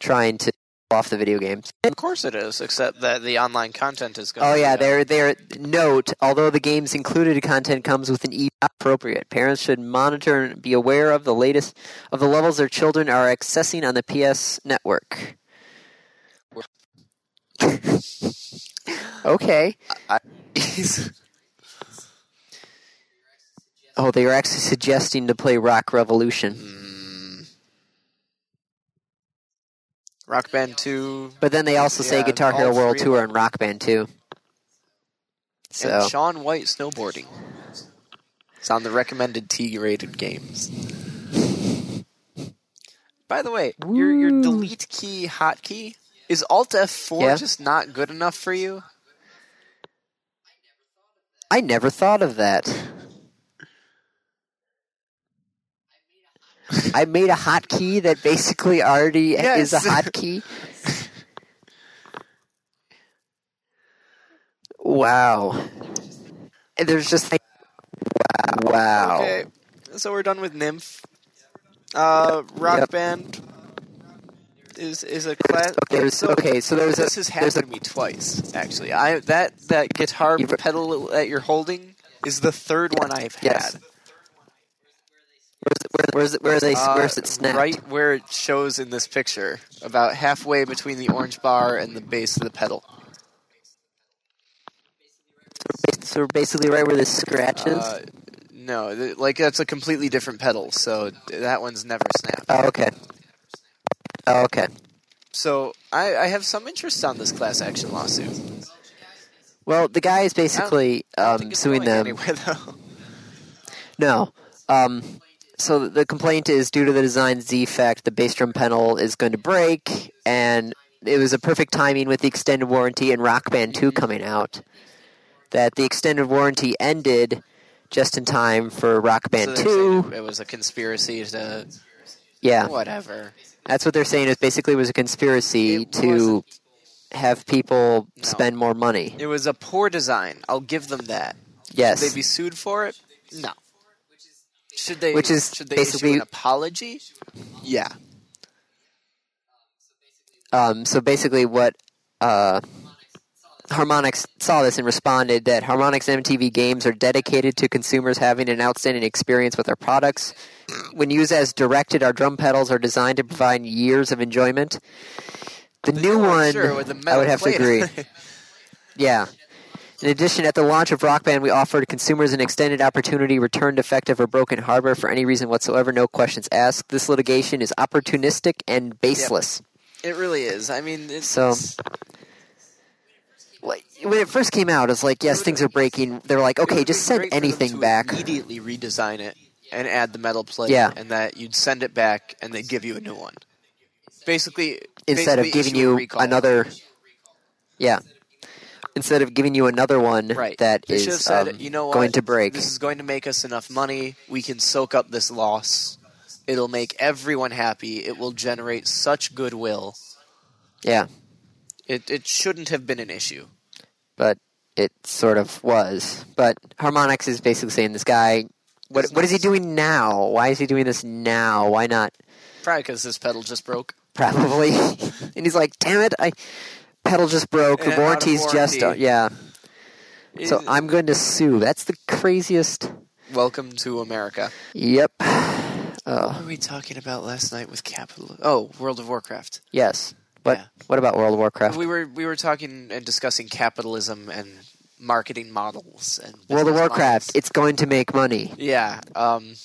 trying to off the video games.
Of course it is, except that the online content is going.
Oh yeah, they're they're note. Although the game's included content comes with an E appropriate, parents should monitor and be aware of the latest of the levels their children are accessing on the PS network. okay.
He's-
Oh, they were actually suggesting to play Rock Revolution,
Mm. Rock Band 2.
but then they also say
Yeah,
Guitar
all
Hero World
three of
Tour and Rock Band too. So
And Sean White snowboarding. It's on the recommended T-rated games. By the way, your your
Woo.
delete key hotkey is Alt F4
Yeah.
just not good enough for you?
I never thought of that. I made a hotkey that basically already is a
Yes.
hotkey. wow. There's just like, wow. wow.
Okay, so we're done with Nymph. Uh, Rock
Yep.
Band is is a class.
There's okay, so there's
this
a,
has
there's
happened
a
to me twice actually. I that that guitar
You've-
pedal that you're holding is the third one I've had.
Yes. where's it, where's, it, where's, it,
Uh,
where's it snapped?
Right where it shows in this picture, about halfway between the orange bar and the base of the pedal.
So we're basically right where the scratch is.
Uh, no, th- like that's a completely different pedal, so that one's never snapped.
oh, okay. Oh, okay.
So I, I have some interest on this class action lawsuit.
Well, the guy is
I
basically
I don't
um,
think it's
suing
going
them.
anywhere though.
No. Um, so the complaint is due to the design defect, the bass drum pedal is going to break, and it was a perfect timing with the extended warranty and Rock Band 2 coming out. That the extended warranty ended just in time for Rock
So
Band
they're
2.
saying It was a conspiracy to
Yeah.
whatever.
That's what they're saying is basically it was a conspiracy
It
to
wasn't.
have people
No.
spend more money.
It was a poor design. I'll give them that.
Yes.
Should they be sued for it? No. Should they?
Which is
should they
basically-
issue an apology? Yeah.
Um, so basically, what uh, Harmonix saw this and responded that Harmonix MTV games are dedicated to consumers having an outstanding experience with our products. When used as directed, our drum pedals are designed to provide years of enjoyment. The new
Oh,
one,
sure, with the
I
metal
would have to
plate.
agree. Yeah. In addition, at the launch of Rock Band, we offered consumers an extended opportunity, returned defective or broken hardware for any reason whatsoever, no questions asked. This litigation is opportunistic and baseless.
It really is. I mean, it's,
So, Well, when it first came out, it's like, yes, things are breaking. They're like,
it would
okay,
be
just send
great for them
anything
to
back.
Immediately redesign it and add the metal plate.
Yeah.
and that you'd send it back, and they'd give you a new one. Basically,
instead of
basically
giving
issue a
you
recall.
another. Yeah. Instead of giving you another one
Right.
that
They should
is
have said,
um,
you know what?
going to break.
This is going to make us enough money. We can soak up this loss. It'll make everyone happy. It will generate such goodwill.
yeah,
It it shouldn't have been an issue.
but it sort of was. But Harmonix is basically saying this guy. What,
It's
what is he
nice.
doing now? Why is he doing this now? Why not?
Probably because this pedal just broke.
Probably. and he's like, damn it, I pedal just broke.
And
The
I'm out of
warranty's just. uh,
warranty.
yeah. So
It-
I'm going to sue. That's the craziest.
Eh, welcome to America.
Yep.
What were we talking about last night with capital? Oh, World of Warcraft.
Yes. What?
Yeah.
What about World of Warcraft?
We were we were talking and discussing capitalism and marketing models and
World of
business
Warcraft.
models.
It's going to make money.
Yeah. Um,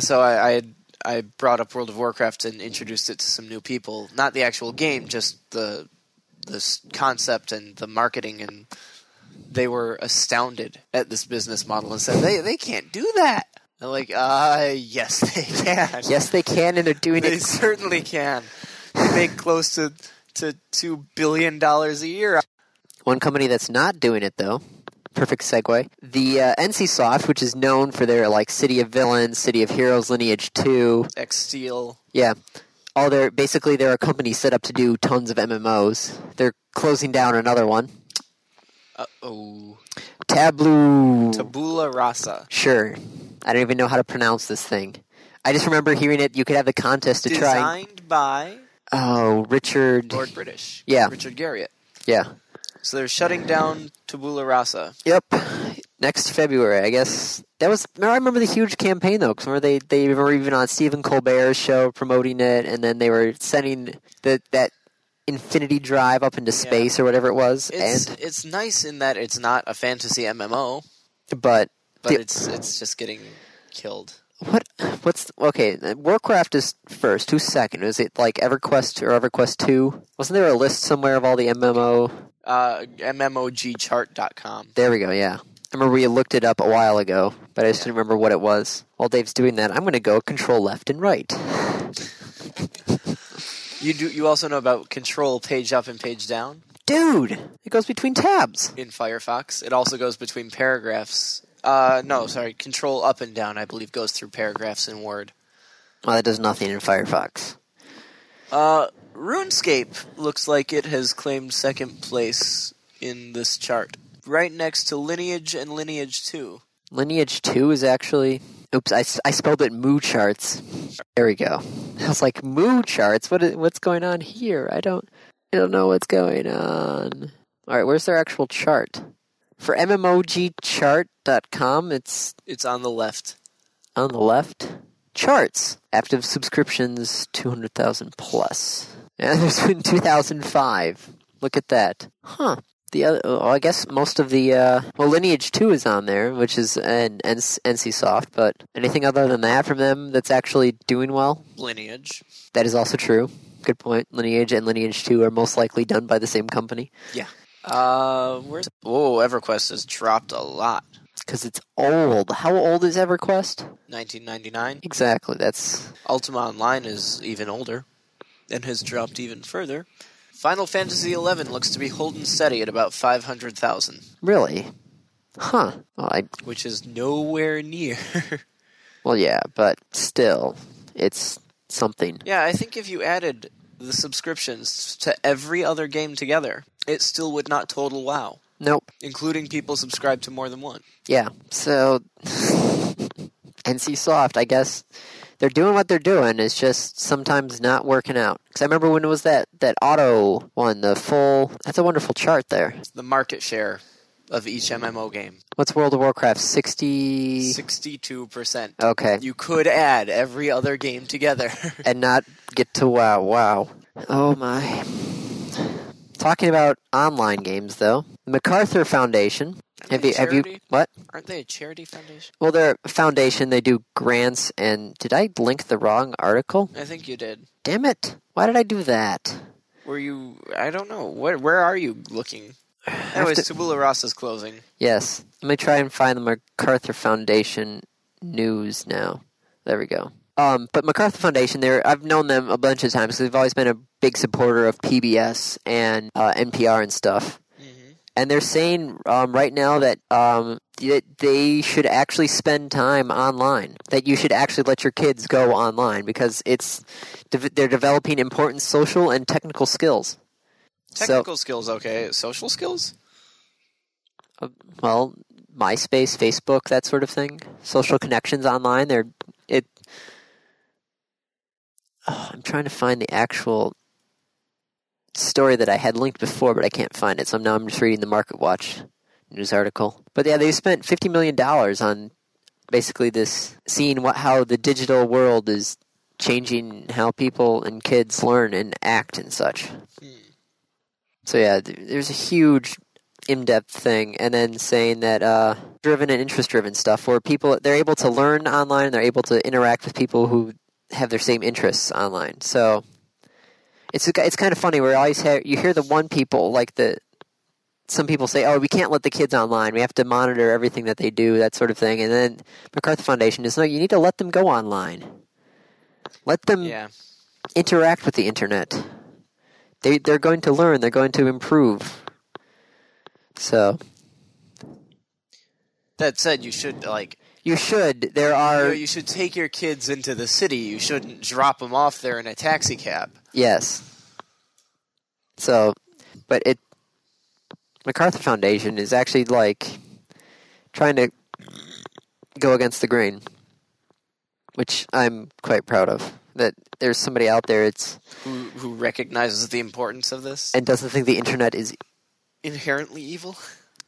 so I, I had- I brought up World of Warcraft and introduced it to some new people. Not the actual game, just the the s- concept and the marketing, and they were astounded at this business model and said they they can't do that. I'm like, uh, yes, they can.
Yes, they can, and they're doing
they
it.
certainly can. They make close to to two billion dollars a year.
One company that's not doing it though. Perfect segue. The uh, NCSoft, which is known for their like City of Villains, City of Heroes, Lineage Two.
X Steel.
Yeah. All their basically they're a company set up to do tons of MMOs. They're closing down another one.
Uh oh.
Tableau.
Tabula Rasa.
Sure. I don't even know how to pronounce this thing. I just remember hearing it. You could have the contest to try.
Designed by
Oh, Richard.
Lord British.
Yeah.
Richard Garriott.
Yeah.
So they're shutting down Tabula Rasa.
Yep. Next February, I guess. That was. I remember the huge campaign though, because remember they they were even on Stephen Colbert's show promoting it, and then they were sending the that Infinity Drive up into space or whatever it was.
It's
and
it's nice in that it's not a fantasy MMO,
but
but
Yeah.
it's it's just getting killed.
What? What's okay? Warcraft is first. Who's second? Is it like EverQuest or EverQuest Two? Wasn't there a list somewhere of all the MMO?
Uh, MMOGchart.com.
There we go. Yeah, I remember we looked it up a while ago, but I just didn't remember what it was. While Dave's doing that, I'm going to go control left and right.
You do. You also know about control page up and page down
Dude, it goes between tabs.
in Firefox. It also goes between paragraphs. Uh, no, sorry. Control up and down, I believe, goes through paragraphs in Word.
Well, that does nothing in Firefox.
Uh, RuneScape looks like it has claimed second place in this chart, right next to Lineage and Lineage Two.
Lineage Two is actually. Oops, I, s- I spelled it moo charts. There we go. I was like moo charts. What is, what's going on here? I don't I don't know what's going on. All right, where's their actual chart? For mmogchart.com, it's
It's on the left.
on the left. Charts. Active subscriptions 200,000 plus. And there's been 2005. Look at that. Huh. The other, well, I guess most of the uh, well, Lineage Two is on there, which is an NCSoft. But anything other than that from them that's actually doing well,
Lineage.
that is also true. Good point. Lineage and Lineage Two are most likely done by the same company
Uh, where's oh EverQuest has dropped a lot.
because it's old. How old is EverQuest?
1999.
Exactly. That's
Ultima Online is even older, and has dropped even further. Final Fantasy XI looks to be holding steady at about 500,000,
really, huh? Well, I
which is nowhere near.
Well, yeah, but still, it's something.
yeah, I think if you added the subscriptions to every other game together, it still would not total WoW,
Nope.
including people subscribed to more than one.
Yeah. So, NC Soft, I guess they're doing what they're doing. It's just sometimes not working out. Because I remember when it was that that auto one, the full. That's a wonderful chart there.
The market share of each MMO game
What's World of Warcraft? Sixty.
62%.
Okay.
You could add every other game together.
and not get to wow wow oh my talking about online games though the macarthur foundation have
they
you
a
have you
charity?
what
Aren't they a charity foundation?
well they're a foundation they do grants and did i link the wrong article
I think you did.
damn it why did i do that
Were you? I don't know. Where where are you looking? Anyways, Tabula Rasa's closing.
yes let me try and find the macarthur foundation news now there we go um, but MacArthur Foundation, there I've known them a bunch of times 'cause they've always been a big supporter of PBS and uh, NPR and stuff.
Mm-hmm.
and they're saying um, right now that um, that they should actually spend time online. That you should actually let your kids go online because it's de- they're developing important social and technical skills.
Technical skills, okay. Social skills?
So, well, MySpace, Facebook, that sort of thing. Social connections online. They're it. Oh, I'm trying to find the actual story that I had linked before, but I can't find it. So now I'm just reading the Market Watch news article. But yeah, they spent fifty million dollars on basically this seeing what how the digital world is changing how people and kids learn and act and such. So yeah, th- there's a huge in-depth thing, and then saying that uh, driven and interest-driven stuff, where people they're able to learn online, they're able to interact with people who have their same interests online. So it's it's kind of funny where I always hear, you hear the one people like the some people say, "Oh, we can't let the kids online. We have to monitor everything that they do, that sort of thing." And then MacArthur Foundation is no, you need to let them go online. Let them
Yeah.
interact with the internet. They they're going to learn. They're going to improve. So
That said, you should like
you should. There
you, know,
are
you should take your kids into the city. You shouldn't drop them off there in a taxi cab.
yes. So, but it MacArthur Foundation is actually like trying to go against the grain, which I'm quite proud of. That there's somebody out there it's
Who who recognizes the importance of this?
and doesn't think the internet is.
Inherently evil.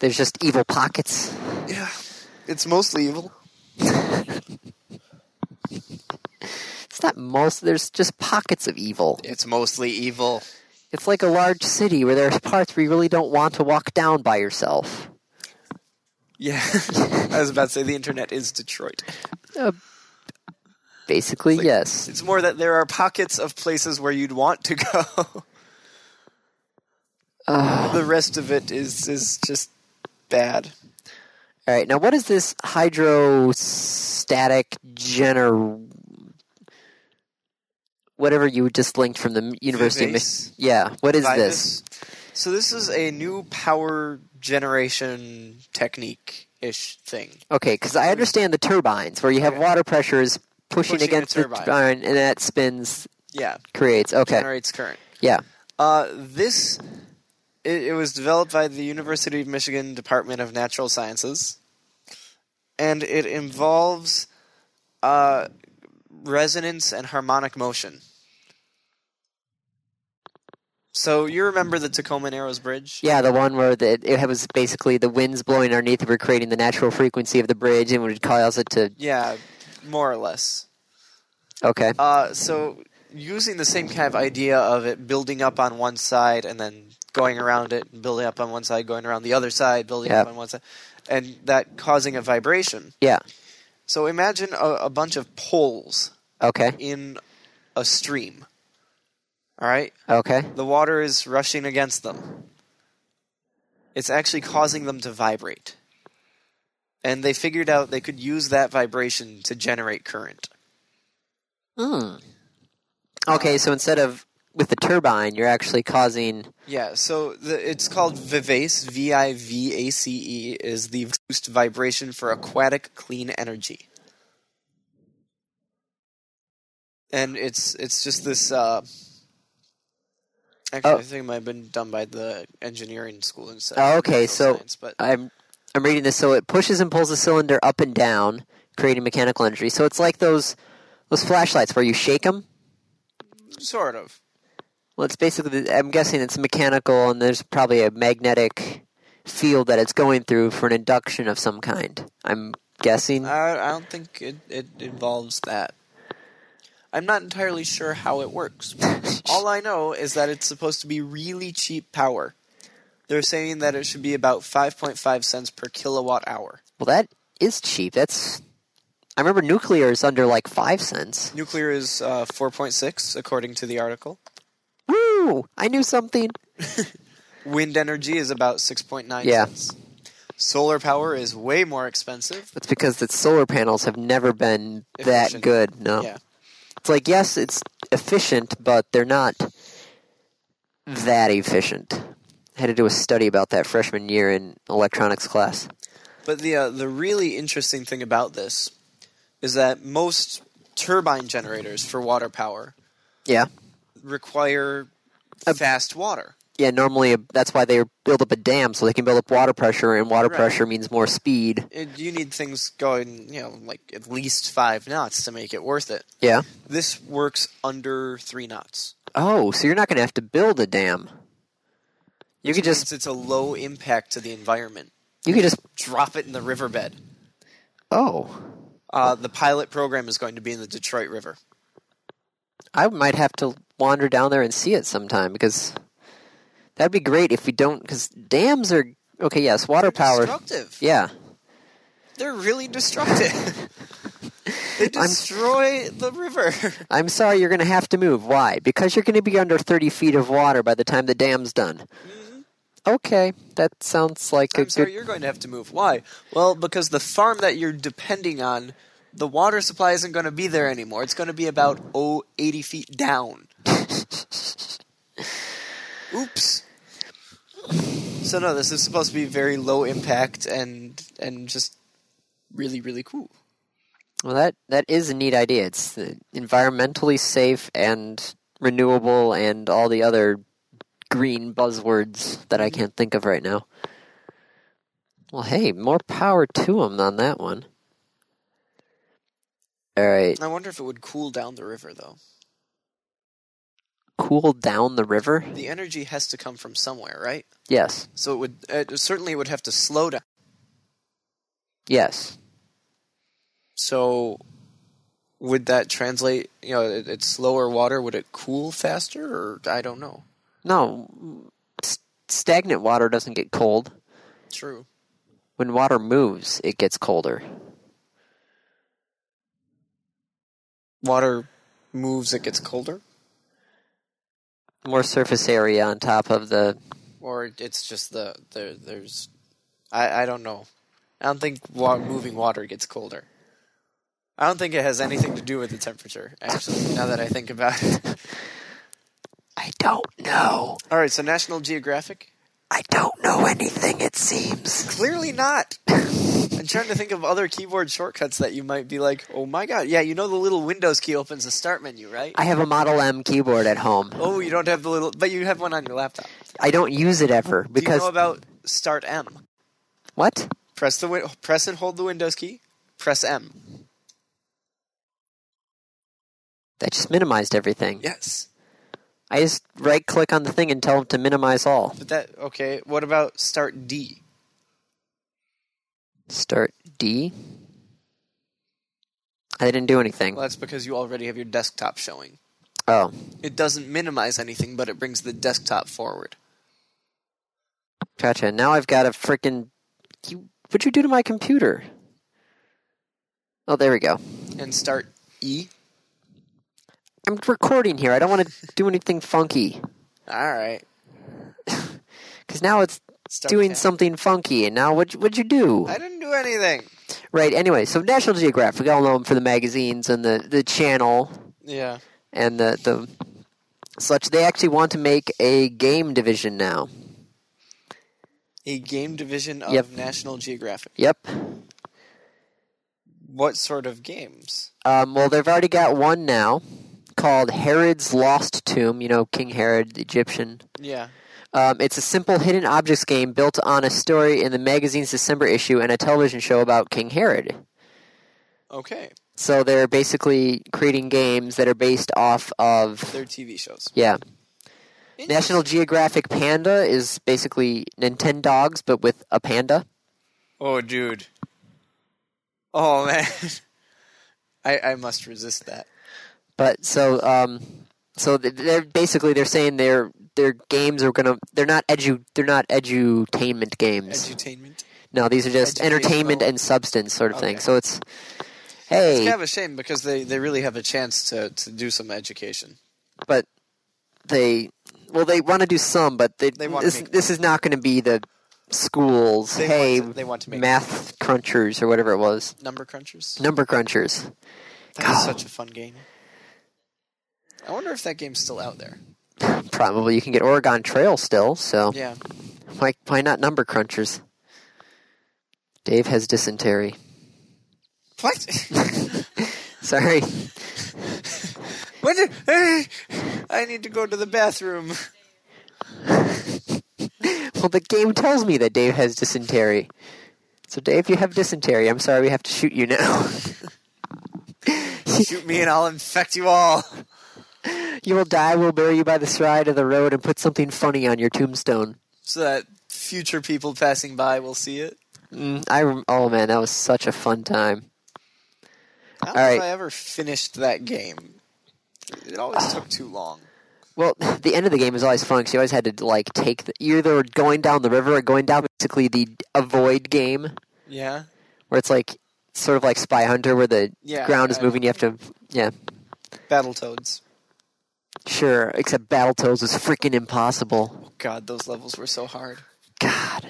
There's just evil pockets.
Yeah, it's mostly evil.
It's not most. There's just pockets of evil.
It's mostly evil.
It's like a large city where there's parts where you really don't want to walk down by yourself.
Yeah, I was about to say the internet is Detroit.
Uh, basically,
Like,
yes.
It's more that there are pockets of places where you'd want to go. the rest of it is is just bad.
All right. Now, what is this hydrostatic gener? Whatever you just linked from the M- University of
Vivace?
Michigan. Yeah. What is this?
Vivus. So this is a new power generation technique ish thing.
Okay, because I understand the turbines where you have
Okay.
water pressures pushing,
Pushing the
against the
turbine.
turbine and that spins
Yeah,
creates. Okay.
generates current.
Yeah.
Uh, this it, it was developed by the University of Michigan Department of Natural Sciences, and it involves uh, resonance and harmonic motion. So you remember the Tacoma Narrows Bridge?
Yeah, the one where the, it was basically the winds blowing underneath were creating the natural frequency of the bridge and would cause it to.
Yeah, more or less.
Okay.
Uh, so using the same kind of idea of it building up on one side and then going around it, and building up on one side, going around the other side, building up
Yeah.
on one side, and that causing a vibration.
Yeah.
So imagine a, a bunch of poles
Okay.
in a stream. All right,
Okay.
the water is rushing against them. It's actually causing them to vibrate. And they figured out they could use that vibration to generate current.
Hmm. Okay, so instead of with the turbine, you're actually causing.
Yeah, so the, it's called Vivace. V I V A C E is the boost vibration for aquatic clean energy, and it's it's just this. Uh, actually,
Oh.
I think it might have been done by the engineering school instead.
Oh,
of
okay,
natural
so-
science, but
I'm I'm reading this. So it pushes and pulls the cylinder up and down, creating mechanical energy. So it's like those those flashlights where you shake them.
sort of.
Well, it's basically. the- I'm guessing it's mechanical, and there's probably a magnetic field that it's going through for an induction of some kind. I'm guessing.
I I don't think it it involves that. I'm not entirely sure how it works. All I know is that it's supposed to be really cheap power. They're saying that it should be about 5.5 cents per kilowatt hour.
Well, that is cheap. That's. I remember nuclear is under like five cents.
Nuclear is uh, 4.6, according to the article.
Woo! I knew something.
Wind energy is about 6.9
Yeah.
cents. Solar power is way more expensive.
That's because the solar panels have never been that
Efficient.
good. No.
Yeah.
It's like, yes, it's efficient, but they're not that efficient. I had to do a study about that freshman year in electronics class.
But the uh, the really interesting thing about this is that most turbine generators for water power
Yeah.
require fast water.
Yeah, normally uh, that's why they build up a dam so they can build up water pressure, and water
Right.
pressure means more speed.
It, you need things going, you know, like at least five knots to make it worth it.
Yeah.
This works under three knots.
Oh, so you're not going to have to build a dam. You could just
Since it's a low impact to the environment,
you could just
drop it in the riverbed.
oh,
Uh, the pilot program is going to be in the Detroit River.
I might have to wander down there and see it sometime because that'd be great if we don't because dams are okay. Yes, water power.
Destructive.
Yeah,
They're really destructive. they destroy the river.
I'm sorry, you're going to have to move. Why? Because you're going to be under 30 feet of water by the time the dam's done. Okay, that sounds like a
Mm-hmm. I'm
good.
sorry, you're going to have to move. Why? Well, because the farm that you're depending on, the water supply isn't going to be there anymore. It's going to be about oh, 80 feet down. Oops. So no, this is supposed to be very low impact and and just really really cool.
Well, that that is a neat idea. It's uh, environmentally safe and renewable, and all the other green buzzwords that I can't think of right now. Well, hey, more power to them on that one. All right,
I wonder if it would cool down the river though.
cool down the river.
The energy has to come from somewhere, right?
Yes,
So it would uh, certainly it would have to slow down.
yes.
So would that translate? You know, it, it's slower water. Would it cool faster? Or I don't know.
No, s- stagnant water doesn't get cold.
True.
When water moves, it gets colder.
Water moves, it gets colder,
More surface area on top of the.
or it's just the there. There's
I, I don't know.
I don't think wa- moving water gets colder. I don't think it has anything to do with the temperature. Actually, now that I think about it,
I don't know.
All right, so National Geographic?
I don't know anything, it seems.
Clearly not. I'm trying to think of other keyboard shortcuts that you might be like, oh my god, yeah, you know the little Windows key opens the start menu, right?
I have a Model M keyboard at home.
Oh, you don't have the little, but you have one on your laptop.
I don't use it ever
Do you
because.
know about Start M?
what?
Press the win- press and hold the Windows key. Press M.
That just minimized everything.
Yes,
I just right click on the thing and tell them to minimize all.
but that okay. What about Start D?
Start D. I didn't do anything.
Well, that's because you already have your desktop showing.
Oh,
It doesn't minimize anything, but it brings the desktop forward.
gotcha. Now I've got a freaking. You, what'd you do to my computer? Oh, there we go.
And Start E.
I'm recording here. I don't want to do anything funky
All right.
because now it's
Start
doing
F.
something funky. And now what? What'd you do?
I didn't do anything.
Right. Anyway, so National Geographic, we all know them for the magazines and the, the channel
Yeah.
and the the such. They actually want to make a game division now.
A game division of
Yep.
National Geographic.
Yep.
What sort of games?
Um, well, they've already got one now called Herod's Lost Tomb. You know, King Herod, the Egyptian.
Yeah.
Um, it's a simple hidden objects game built on a story in the magazine's December issue and a television show about King Herod.
Okay.
So they're basically creating games that are based off of
They're TV shows.
yeah. National Geographic Panda is basically Nintendogs, but with a panda.
Oh, dude. Oh man. I I must resist that.
But so, um, so th- they're basically they're saying their their games are gonna they're not edu they're not edutainment games.
Edutainment.
no, these are just
educational-
entertainment and substance sort of thing.
Okay.
So it's hey,
It's kind of a shame because they, they really have a chance to, to do some education.
but they well they want to do some, but they,
They wanna
this
make-
this is not going to be the schools.
They
hey,
want to, they want to make
math crunchers or whatever it was,
number crunchers.
number crunchers.
That was
God.
such a fun game. I wonder if that game's still out there.
Probably you can get Oregon Trail still, so
Yeah.
why why not number crunchers? Dave has dysentery.
What?
Sorry.
what? the- I need to go to the bathroom.
Well, the game tells me that Dave has dysentery. So Dave, you have dysentery. I'm sorry we have to shoot you now.
Shoot me and I'll infect you all.
you will die. We'll bury you by the side of the road and put something funny on your tombstone.
So that future people passing by will see it.
Mm, I rem- oh man, that was such a fun time.
I don't
All
know
right.
if I ever finished that game. It always took too long.
Well, the end of the game is always fun because you always had to like take the, you're either going down the river or going down basically the avoid game
Yeah.
where it's like sort of like Spy Hunter where the
Yeah,
ground is
I-
moving. You have to yeah.
Battletoads.
Sure, except Battletoads was freaking impossible.
Oh, God, those levels were so hard.
God.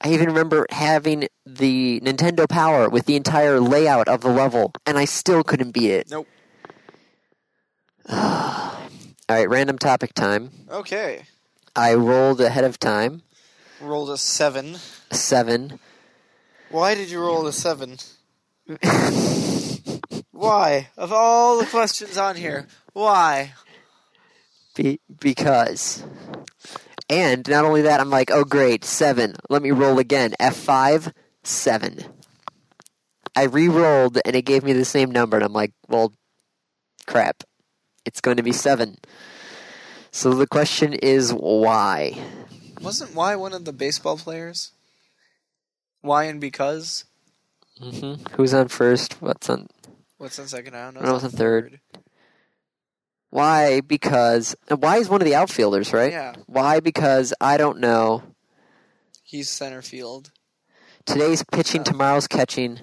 I even remember having the Nintendo Power with the entire layout of the level, and I still couldn't beat it.
Nope.
All right, random topic time.
Okay.
I rolled ahead of time,
Rolled a seven.
seven.
Why did you roll a seven? why? Of all the questions on here, why?
Be- because. And not only that, I'm like, oh great, seven. Let me roll again. F5, seven. I re rolled and it gave me the same number, and I'm like, well, crap. It's going to be seven. So the question is why?
Wasn't why one of the baseball players? Why and because?
hmm Who's on first? What's on.
What's on second? I don't know.
I don't know what's on third. Why? Because. and Why is one of the outfielders, right?
Yeah.
Why? Because I don't know.
He's center field.
Today's pitching, tomorrow's catching.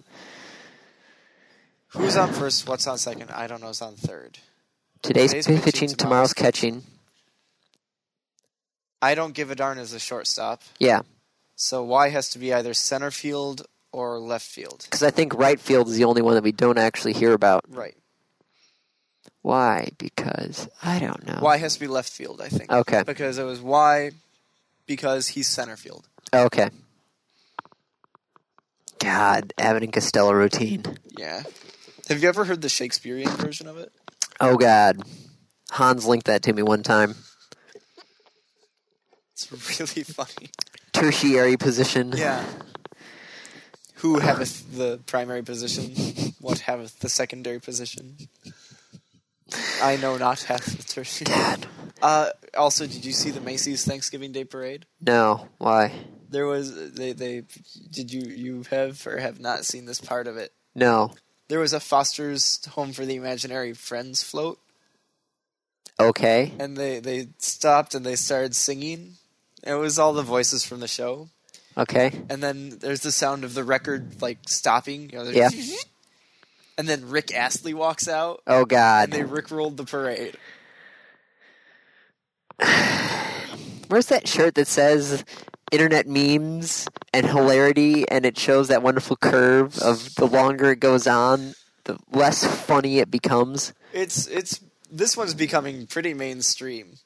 Who's on first? What's on second? I don't know. Who's on third?
Today's,
Today's
pitching,
pitching,
tomorrow's
tomorrow's
catching.
I don't give a darn as a shortstop.
Yeah,
So Y has to be either center field or left field.
because I think right field is the only one that we don't actually hear about.
Right.
Why? Because I don't know.
Y has to be left field, I think.
Oh. Okay.
Because it was Y because he's center field.
Okay. God, Abbott and Costello routine.
Yeah. Have you ever heard the Shakespearean version of it?
Oh God, Hans linked that to me one time.
It's really funny.
Tertiary position.
Yeah. Who haveth the primary position? What haveth the secondary position? I know not hath the tertiary.
God.
Uh, also, did you see the Macy's Thanksgiving Day Parade?
No. Why?
There was they they did you you have or have not seen this part of it?
No.
There was a Foster's Home for the Imaginary Friends float,
Okay.
and they they stopped and they started singing. It was all the voices from the show,
Okay.
and then there's the sound of the record like stopping. You know,
Yeah.
there's- And then Rick Astley walks out,
Oh God.
and they rickrolled the parade.
Where's that shirt that says internet memes and hilarity and it shows that wonderful curve of the longer it goes on, the less funny it becomes,
It's it's this one's becoming pretty mainstream.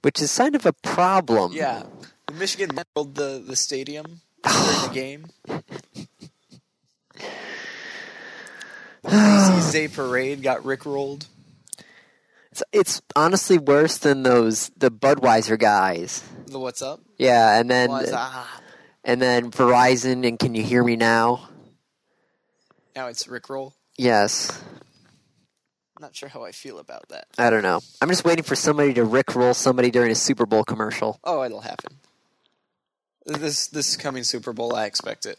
which is kind of a problem.
Yeah, the Michigan Met rolled the the stadium during the game. Macy's Day Parade got rickrolled.
It's, it's honestly worse than those the Budweiser guys.
The what's up?
Yeah, and then
What's up?
and then Verizon and can you hear me now?
Now it's rickroll.
Yes.
I'm not sure how I feel about that.
I don't know. I'm just waiting for somebody to rickroll somebody during a Super Bowl commercial.
Oh, it'll happen. This this coming Super Bowl, I expect it.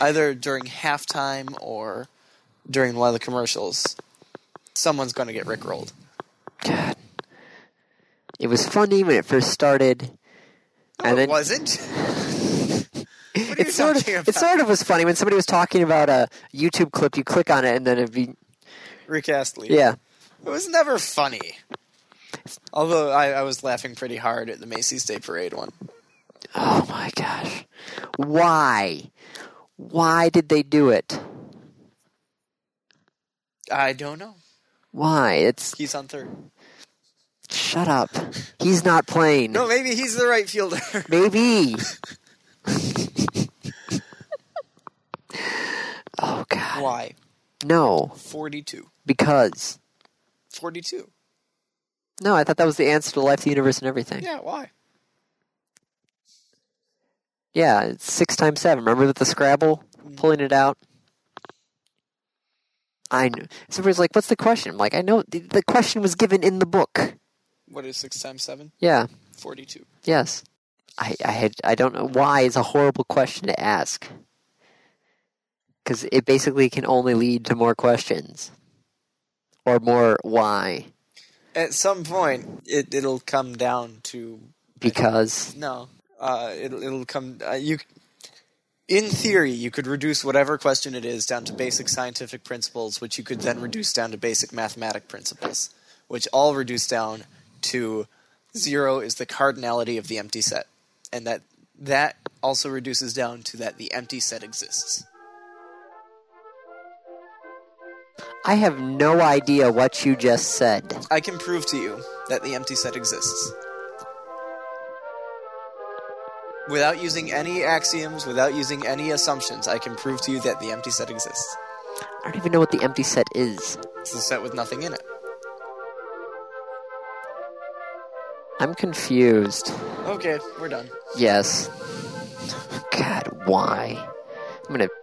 Either during halftime or during one of the commercials, someone's going to get rickrolled.
God. It was funny when it first started. and then
it wasn't. what are you
It's sort, of,
talking about?
it sort of was funny when somebody was talking about a YouTube clip. You click on it, and then it'd be
Rick Astley.
yeah.
It was never funny. Although I, I was laughing pretty hard at the Macy's Day Parade one.
Oh my gosh, why? Why did they do it?
I don't know.
Why? It's
He's on third.
shut up. He's not playing.
No, maybe he's the right fielder.
Maybe. oh god,
Why?
no.
42.
Because
42.
no, I thought that was the answer to life, the universe, and everything.
Yeah, why?
Yeah, it's six times seven. Remember with the Scrabble, pulling it out. I knew. Somebody's like, "What's the question?" I'm like, "I know the, the question was given in the book."
What is 6 times 7?
Yeah.
42.
Yes. I I had I don't know why is a horrible question to ask. Because it basically can only lead to more questions, or more why.
At some point, it, it'll come down to.
Because
No. Uh, it'll, it'll come. Uh, you. In theory, you could reduce whatever question it is down to basic scientific principles, which you could then reduce down to basic mathematic principles, which all reduce down to zero is the cardinality of the empty set, and that that also reduces down to that the empty set exists.
I have no idea what you just said.
I can prove to you that the empty set exists. Without using any axioms, without using any assumptions, I can prove to you that the empty set exists.
I don't even know what the empty set is.
It's a set with nothing in it.
I'm confused.
Okay, we're done.
Yes. God, why? I'm gonna